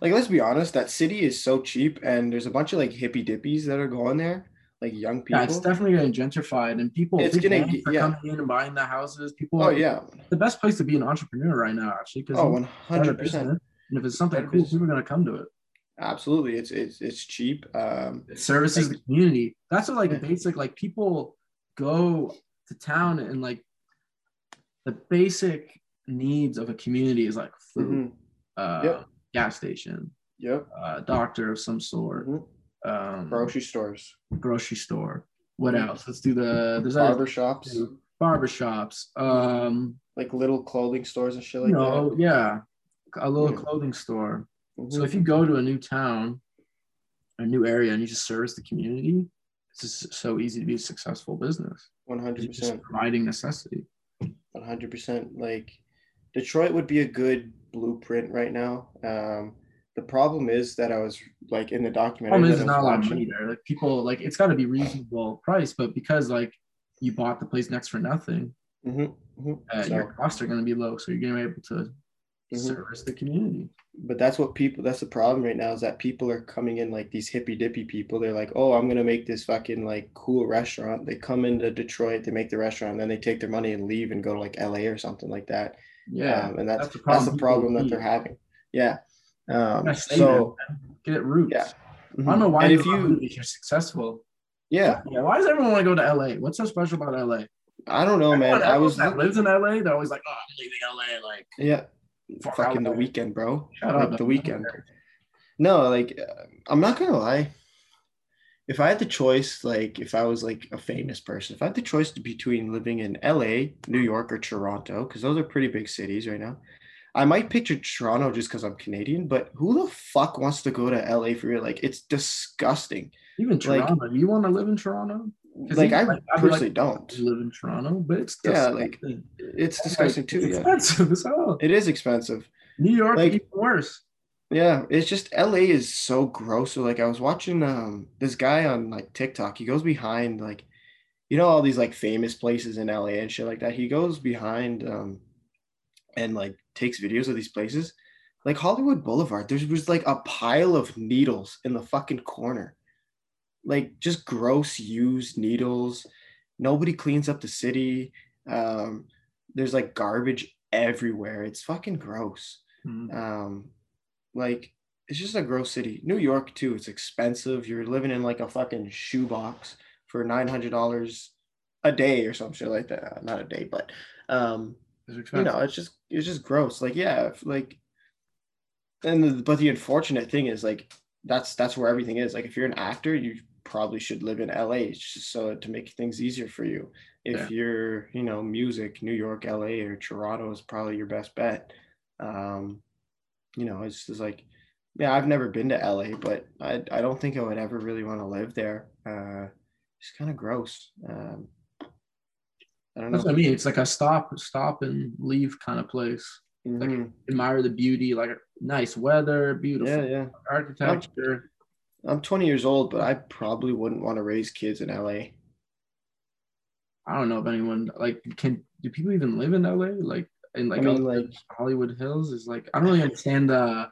S2: like let's be honest, that city is so cheap, and there's a bunch of like hippy dippies that are going there, like young people.
S1: Yeah, it's definitely getting gentrified, and people
S2: It's
S1: big
S2: getting-
S1: names are
S2: yeah.
S1: coming in and buying the houses. People,
S2: oh
S1: are-
S2: yeah,
S1: the best place to be an entrepreneur right now, actually, because
S2: oh one hundred percent,
S1: And if it's something
S2: Better
S1: cool,
S2: business.
S1: people are gonna come to it.
S2: absolutely. It's it's it's cheap. Um,
S1: It services
S2: Like-
S1: the community. That's what, like the
S2: Yeah.
S1: basic. Like people go to town and like the basic needs of a community is like food,
S2: Mhm.
S1: uh,
S2: Yep.
S1: gas station,
S2: Yep.
S1: uh, doctor of some sort,
S2: Mhm.
S1: um,
S2: Grocery stores,
S1: grocery store. What
S2: Mhm.
S1: else? Let's do the there's other
S2: barber shops,
S1: barber shops. Um,
S2: like little clothing stores and shit
S1: you
S2: like
S1: know, yeah, a little
S2: Yeah.
S1: clothing store.
S2: that. Mhm.
S1: So if you go to a new town, a new area, and you just service the community, it's just so easy to be a successful business.
S2: 100%.
S1: It's just providing necessity.
S2: One hundred percent. Like Detroit would be a good blueprint right now. Um, the problem is that I was like in the documentary.
S1: Problem is,
S2: that
S1: there's not
S2: I
S1: a
S2: was
S1: lot of
S2: watching-
S1: money there. Like people, like it's got to be reasonable price, but because like you bought the place next for nothing,
S2: Mhm, mhm.
S1: uh,
S2: So-
S1: your costs are going to be low, so you're going to be able to
S2: Mhm.
S1: service the community.
S2: but that's what people. That's the problem right now is that people are coming in like these hippy dippy people. They're like, oh, I'm gonna make this fucking like cool restaurant. They come into Detroit, they make the restaurant, then they take their money and leave and go to like L.A. or something like that.
S1: Yeah,
S2: um, and that's
S1: that's
S2: that's
S1: the
S2: the
S1: problem
S2: problem,
S1: people
S2: that
S1: leave.
S2: they're having. Yeah. Um,
S1: Gotta stay
S2: so
S1: get it roots.
S2: Yeah.
S1: I don't know why
S2: And
S1: if
S2: if
S1: you
S2: you,
S1: if you're successful.
S2: yeah,
S1: Yeah, why does everyone want to go to LA? What's so special about LA?
S2: I don't know, man. I was
S1: that lives in LA. They're always like, oh, I'm leaving LA. Like
S2: yeah.
S1: fuck
S2: fucking the
S1: LA.
S2: weekend, bro.
S1: Shut
S2: like
S1: up.
S2: the weekend. No, like uh, I'm not gonna lie. If I had the choice, like if I was like a famous person, if I had the choice between living in LA, New York, or Toronto, because those are pretty big cities right now, I might picture Toronto just because I'm Canadian. But who the fuck wants to go to LA for real? Like it's disgusting.
S1: Even
S2: Like-
S1: Toronto. do you want to live in Toronto? 'Cause
S2: Like
S1: even,
S2: I
S1: like, I'd be
S2: personally
S1: like,
S2: don't.
S1: You live in Toronto, but it's
S2: Yeah,
S1: disgusting.
S2: like, It's
S1: It's
S2: disgusting
S1: like,
S2: too.
S1: it's
S2: Yeah,
S1: expensive as hell.
S2: it is expensive.
S1: New York
S2: like-
S1: even worse.
S2: Yeah, it's just LA is so gross. So like I was watching um this guy on like TikTok. He goes behind like you know all these like famous places in LA and shit like that. He goes behind um and like takes videos of these places. Like Hollywood Boulevard, there was like a pile of needles in the fucking corner. Like just gross used needles. Nobody cleans up the city. Um there's like garbage everywhere. It's fucking gross
S1: Mm.
S2: um like it's just a gross city new york too it's expensive you're living in like a fucking shoebox for $900 a day or some shit like that not a day but um
S1: It's
S2: you
S1: expensive.
S2: know it's just it's just gross like yeah if, like and the, but the unfortunate thing is like that's that's where everything is like if you're an actor you probably should live in la it's just so to make things easier for you if
S1: Yeah.
S2: you're you know music new york la or toronto is probably your best bet um you know it's just like yeah i've never been to la but i i don't think i would ever really want to live there uh it's kind of gross um i don't know
S1: That's what I mean. It's like a stop, stop and leave kind of place. like-
S2: Mhm.
S1: Admire the beauty, like nice weather, beautiful
S2: yeah yeah
S1: architecture.
S2: I'm 20 years old, but I probably wouldn't want to raise kids in LA.
S1: I don't know if anyone like can. Do people even live in LA? Like in like,
S2: I mean,
S1: outside
S2: like-
S1: Hollywood Hills is like I don't really understand the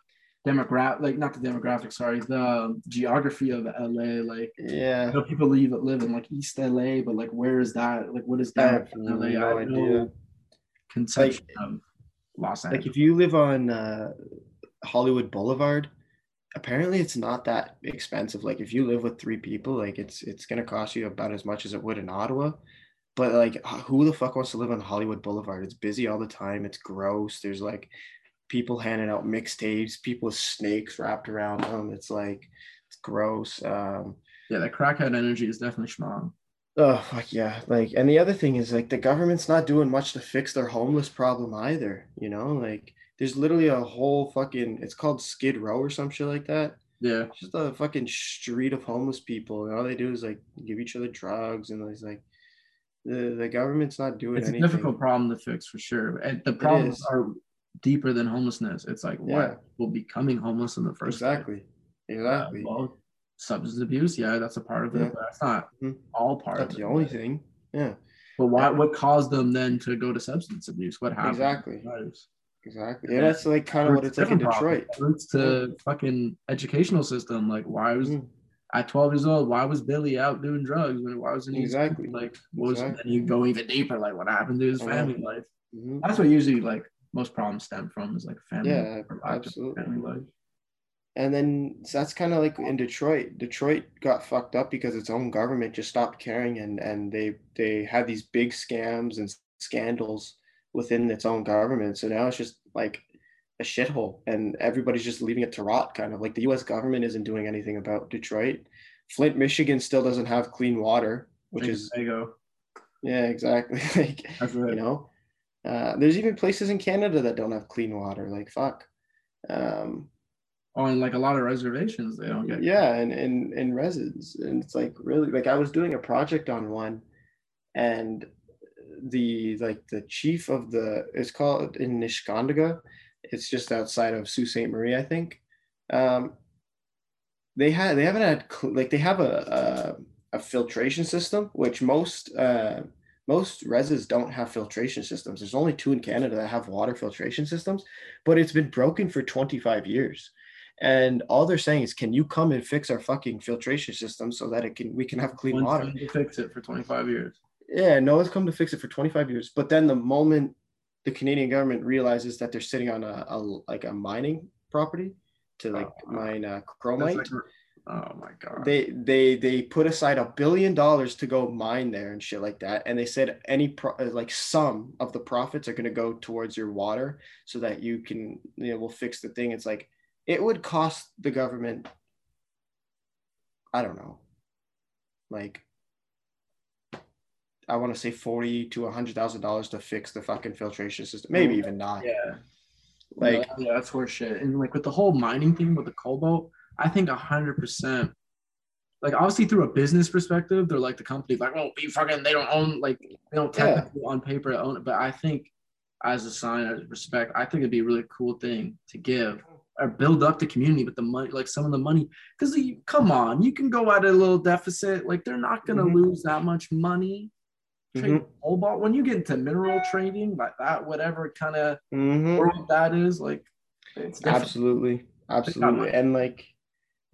S1: demographic, like not the demographic, sorry, the geography of LA. Like I
S2: Yeah.
S1: know people leave live in like East LA, but like where is that? Like what is
S2: I
S1: that?
S2: have
S1: in LA?
S2: no
S1: I have
S2: idea.
S1: conception of Los
S2: Like,
S1: Angeles.
S2: if you live on uh, Hollywood Boulevard, apparently it's not that expensive. Like, if you live with three people, like it's it's gonna cost you about as much as it would in Ottawa. But like, h- who the fuck wants to live on Hollywood Boulevard? It's busy all the time. It's gross. There's like people handing out mixtapes, people with snakes wrapped around them. It's like it's gross. Um,
S1: yeah, that crackhead energy is definitely strong.
S2: Oh fuck yeah. Like and the other thing is like the government's not doing much to fix their homeless problem either, you know? Like there's literally a whole fucking it's called Skid Row or some shit like that.
S1: Yeah,
S2: It's just a fucking street of homeless people and all they do is like give each other drugs and it's like the the government's not doing
S1: it's a
S2: anything.
S1: difficult problem to fix for sure. And the problems
S2: is.
S1: are deeper than homelessness. It's like why
S2: Yeah.
S1: people becoming homeless in the first place.
S2: Exactly. Exactly.
S1: Uh, well, substance abuse, yeah, that's a part of it,
S2: Yeah.
S1: but that's not
S2: Mhm.
S1: all part
S2: That's
S1: of it.
S2: the only thing. Yeah.
S1: But why? What caused them then to go to substance abuse? What happened?
S2: Exactly.
S1: Lives?
S2: Exactly. Yeah, that's like kind of what
S1: Roots
S2: it's like in
S1: different problems.
S2: Detroit.
S1: Roots to
S2: Mm.
S1: fucking educational system. Like, why was
S2: Mhm.
S1: at twelve years old? Why was Billy out doing drugs? When why was he
S2: Exactly.
S1: like? What was
S2: Exactly.
S1: and you go even deeper? Like, what happened to his
S2: I know.
S1: family life?
S2: Mhm.
S1: That's what usually like most problems stem from is like family.
S2: Yeah,
S1: or lack of
S2: absolutely.
S1: Family life.
S2: And then so that's kind of like in Detroit. Detroit got fucked up because its own government just stopped caring, and and they they had these big scams and scandals within its own government. So now it's just like a shithole, and everybody's just leaving it to rot. Kind of like the U.S. government isn't doing anything about Detroit. Flint, Michigan, still doesn't have clean water, which is
S1: there you go.
S2: yeah, exactly. like
S1: That's
S2: you
S1: it.
S2: know, uh, there's even places in Canada that don't have clean water. Like fuck. Um,
S1: On like a lot of reservations, they don't get.
S2: yeah and and and resins and it's like really like i was doing a project on one and the like the chief of the it's called in nishkandaga it's just outside of sault ste marie i think um they had they haven't had cl- like they have a a, a filtration system which most uh most reses don't have filtration systems. There's only two in Canada that have water filtration systems, but it's been broken for 25 years and all they're saying is can you come and fix our fucking filtration system so that it can we can have clean
S1: One
S2: water
S1: time to fix it for 25 years.
S2: yeah no one's come to fix it for 25 years but then the moment the canadian government realizes that they're sitting on a, a like a mining property to like
S1: Oh.
S2: mine uh,
S1: That's
S2: chromite
S1: like- oh my god.
S2: they they they put aside a billion dollars to go mine there and shit like that and they said any pro- uh, like some of the profits are going to go towards your water so that you can you know we'll fix the thing it's like it would cost the government i don't know like i want to say 40 to 100 thousand dollars to fix the fucking filtration system maybe even not
S1: yeah.
S2: like
S1: No, yeah, that's horse shit. And like with the whole mining thing with the cobalt, I think hundred percent. Like obviously through a business perspective, they're like the company, like oh we fucking they don't own like they don't
S2: Yeah.
S1: technically on paper own it, but I think as a sign of respect, I think it'd be a really cool thing to give or build up the community with the money, like some of the money, because come on, you can go at a little deficit, like they're not gonna
S2: Mhm.
S1: lose that much money. Trading
S2: Mhm.
S1: cobalt when you get into mineral trading, like that, whatever kind of
S2: mhm.
S1: world that is, like it's different.
S2: absolutely absolutely and like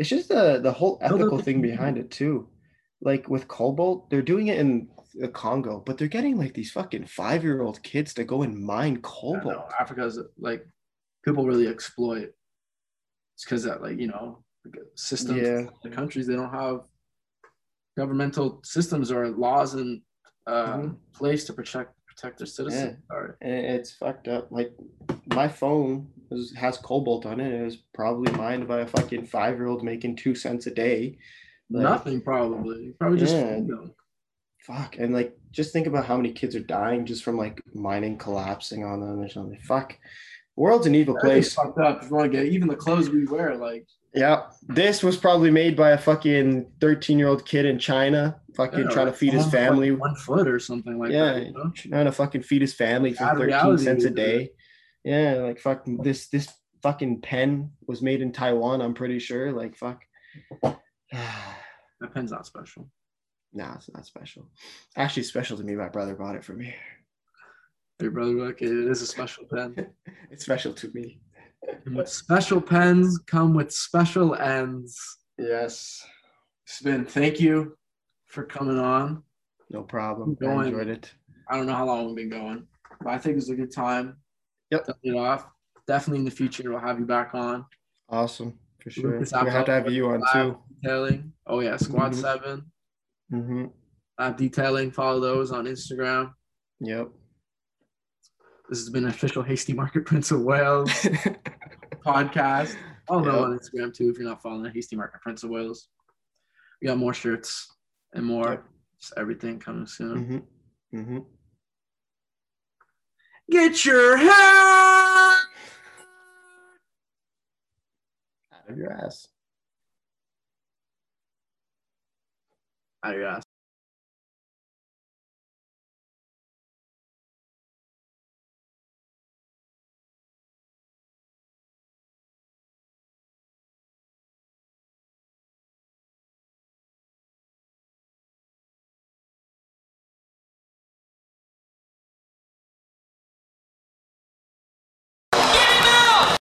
S2: it's just the the whole
S1: No, they're
S2: ethical thing
S1: different.
S2: behind it too like with cobalt they're doing it in the congo but they're getting like these fucking five year old kids to go and mine
S1: I don't know,
S2: cobalt
S1: Africa's like people really exploit. It's because that like you know systems,
S2: Yeah.
S1: the countries they don't have governmental systems or laws in uh,
S2: Mhm.
S1: place to protect protect their citizens. Or
S2: and it's fucked up like my phone is, has cobalt on it it was probably mined by a fucking five year old making two cents a day Like,
S1: nothing probably. Probably just
S2: Yeah.
S1: freedom.
S2: fuck and like just think about how many kids are dying just from like mining collapsing on them or something fuck world's an evil
S1: Everything's
S2: place
S1: fucked up. If you want to get even the clothes we wear, like
S2: Yeah, this was probably made by a fucking thirteen-year-old kid in China, fucking
S1: yeah,
S2: trying to
S1: like,
S2: feed his
S1: someone's, like,
S2: family.
S1: one foot or something like
S2: Yeah.
S1: that. you know?
S2: Trying to fucking feed his family for
S1: Bad
S2: thirteen
S1: reality,
S2: cents a
S1: dude.
S2: day. Yeah, like fuck this. This fucking pen was made in Taiwan. I'm pretty sure. Like fuck.
S1: That pen's not special.
S2: nah, it's not special. Actually, special to me. My brother bought it for me.
S1: Your brother, like it is a special pen.
S2: It's special to me.
S1: And with special pens come with special ends.
S2: Yes.
S1: Spin, thank you for coming on.
S2: No problem.
S1: Keep going.
S2: I enjoyed it.
S1: I don't know how long we've been going, but I think it's a good time.
S2: Yep.
S1: Dust it off. Definitely in the future, we'll have you back on.
S2: Awesome for sure.
S1: Lucas,
S2: we have to have you on too.
S1: Detailing. Oh, yeah. Squad
S2: Mhm.
S1: 7.
S2: Mm-hmm.
S1: Lab Detailing. Follow those on Instagram.
S2: Yep.
S1: This has been official Hasty Market Prince of Wales podcast. Follow them
S2: Yep.
S1: on Instagram too if you're not following Hasty Market Prince of Wales. We got more shirts and more.
S2: Yep.
S1: Just everything coming soon.
S2: mm-hmm. Mm-hmm.
S1: Get your hair.
S2: out of your ass.
S1: Adios.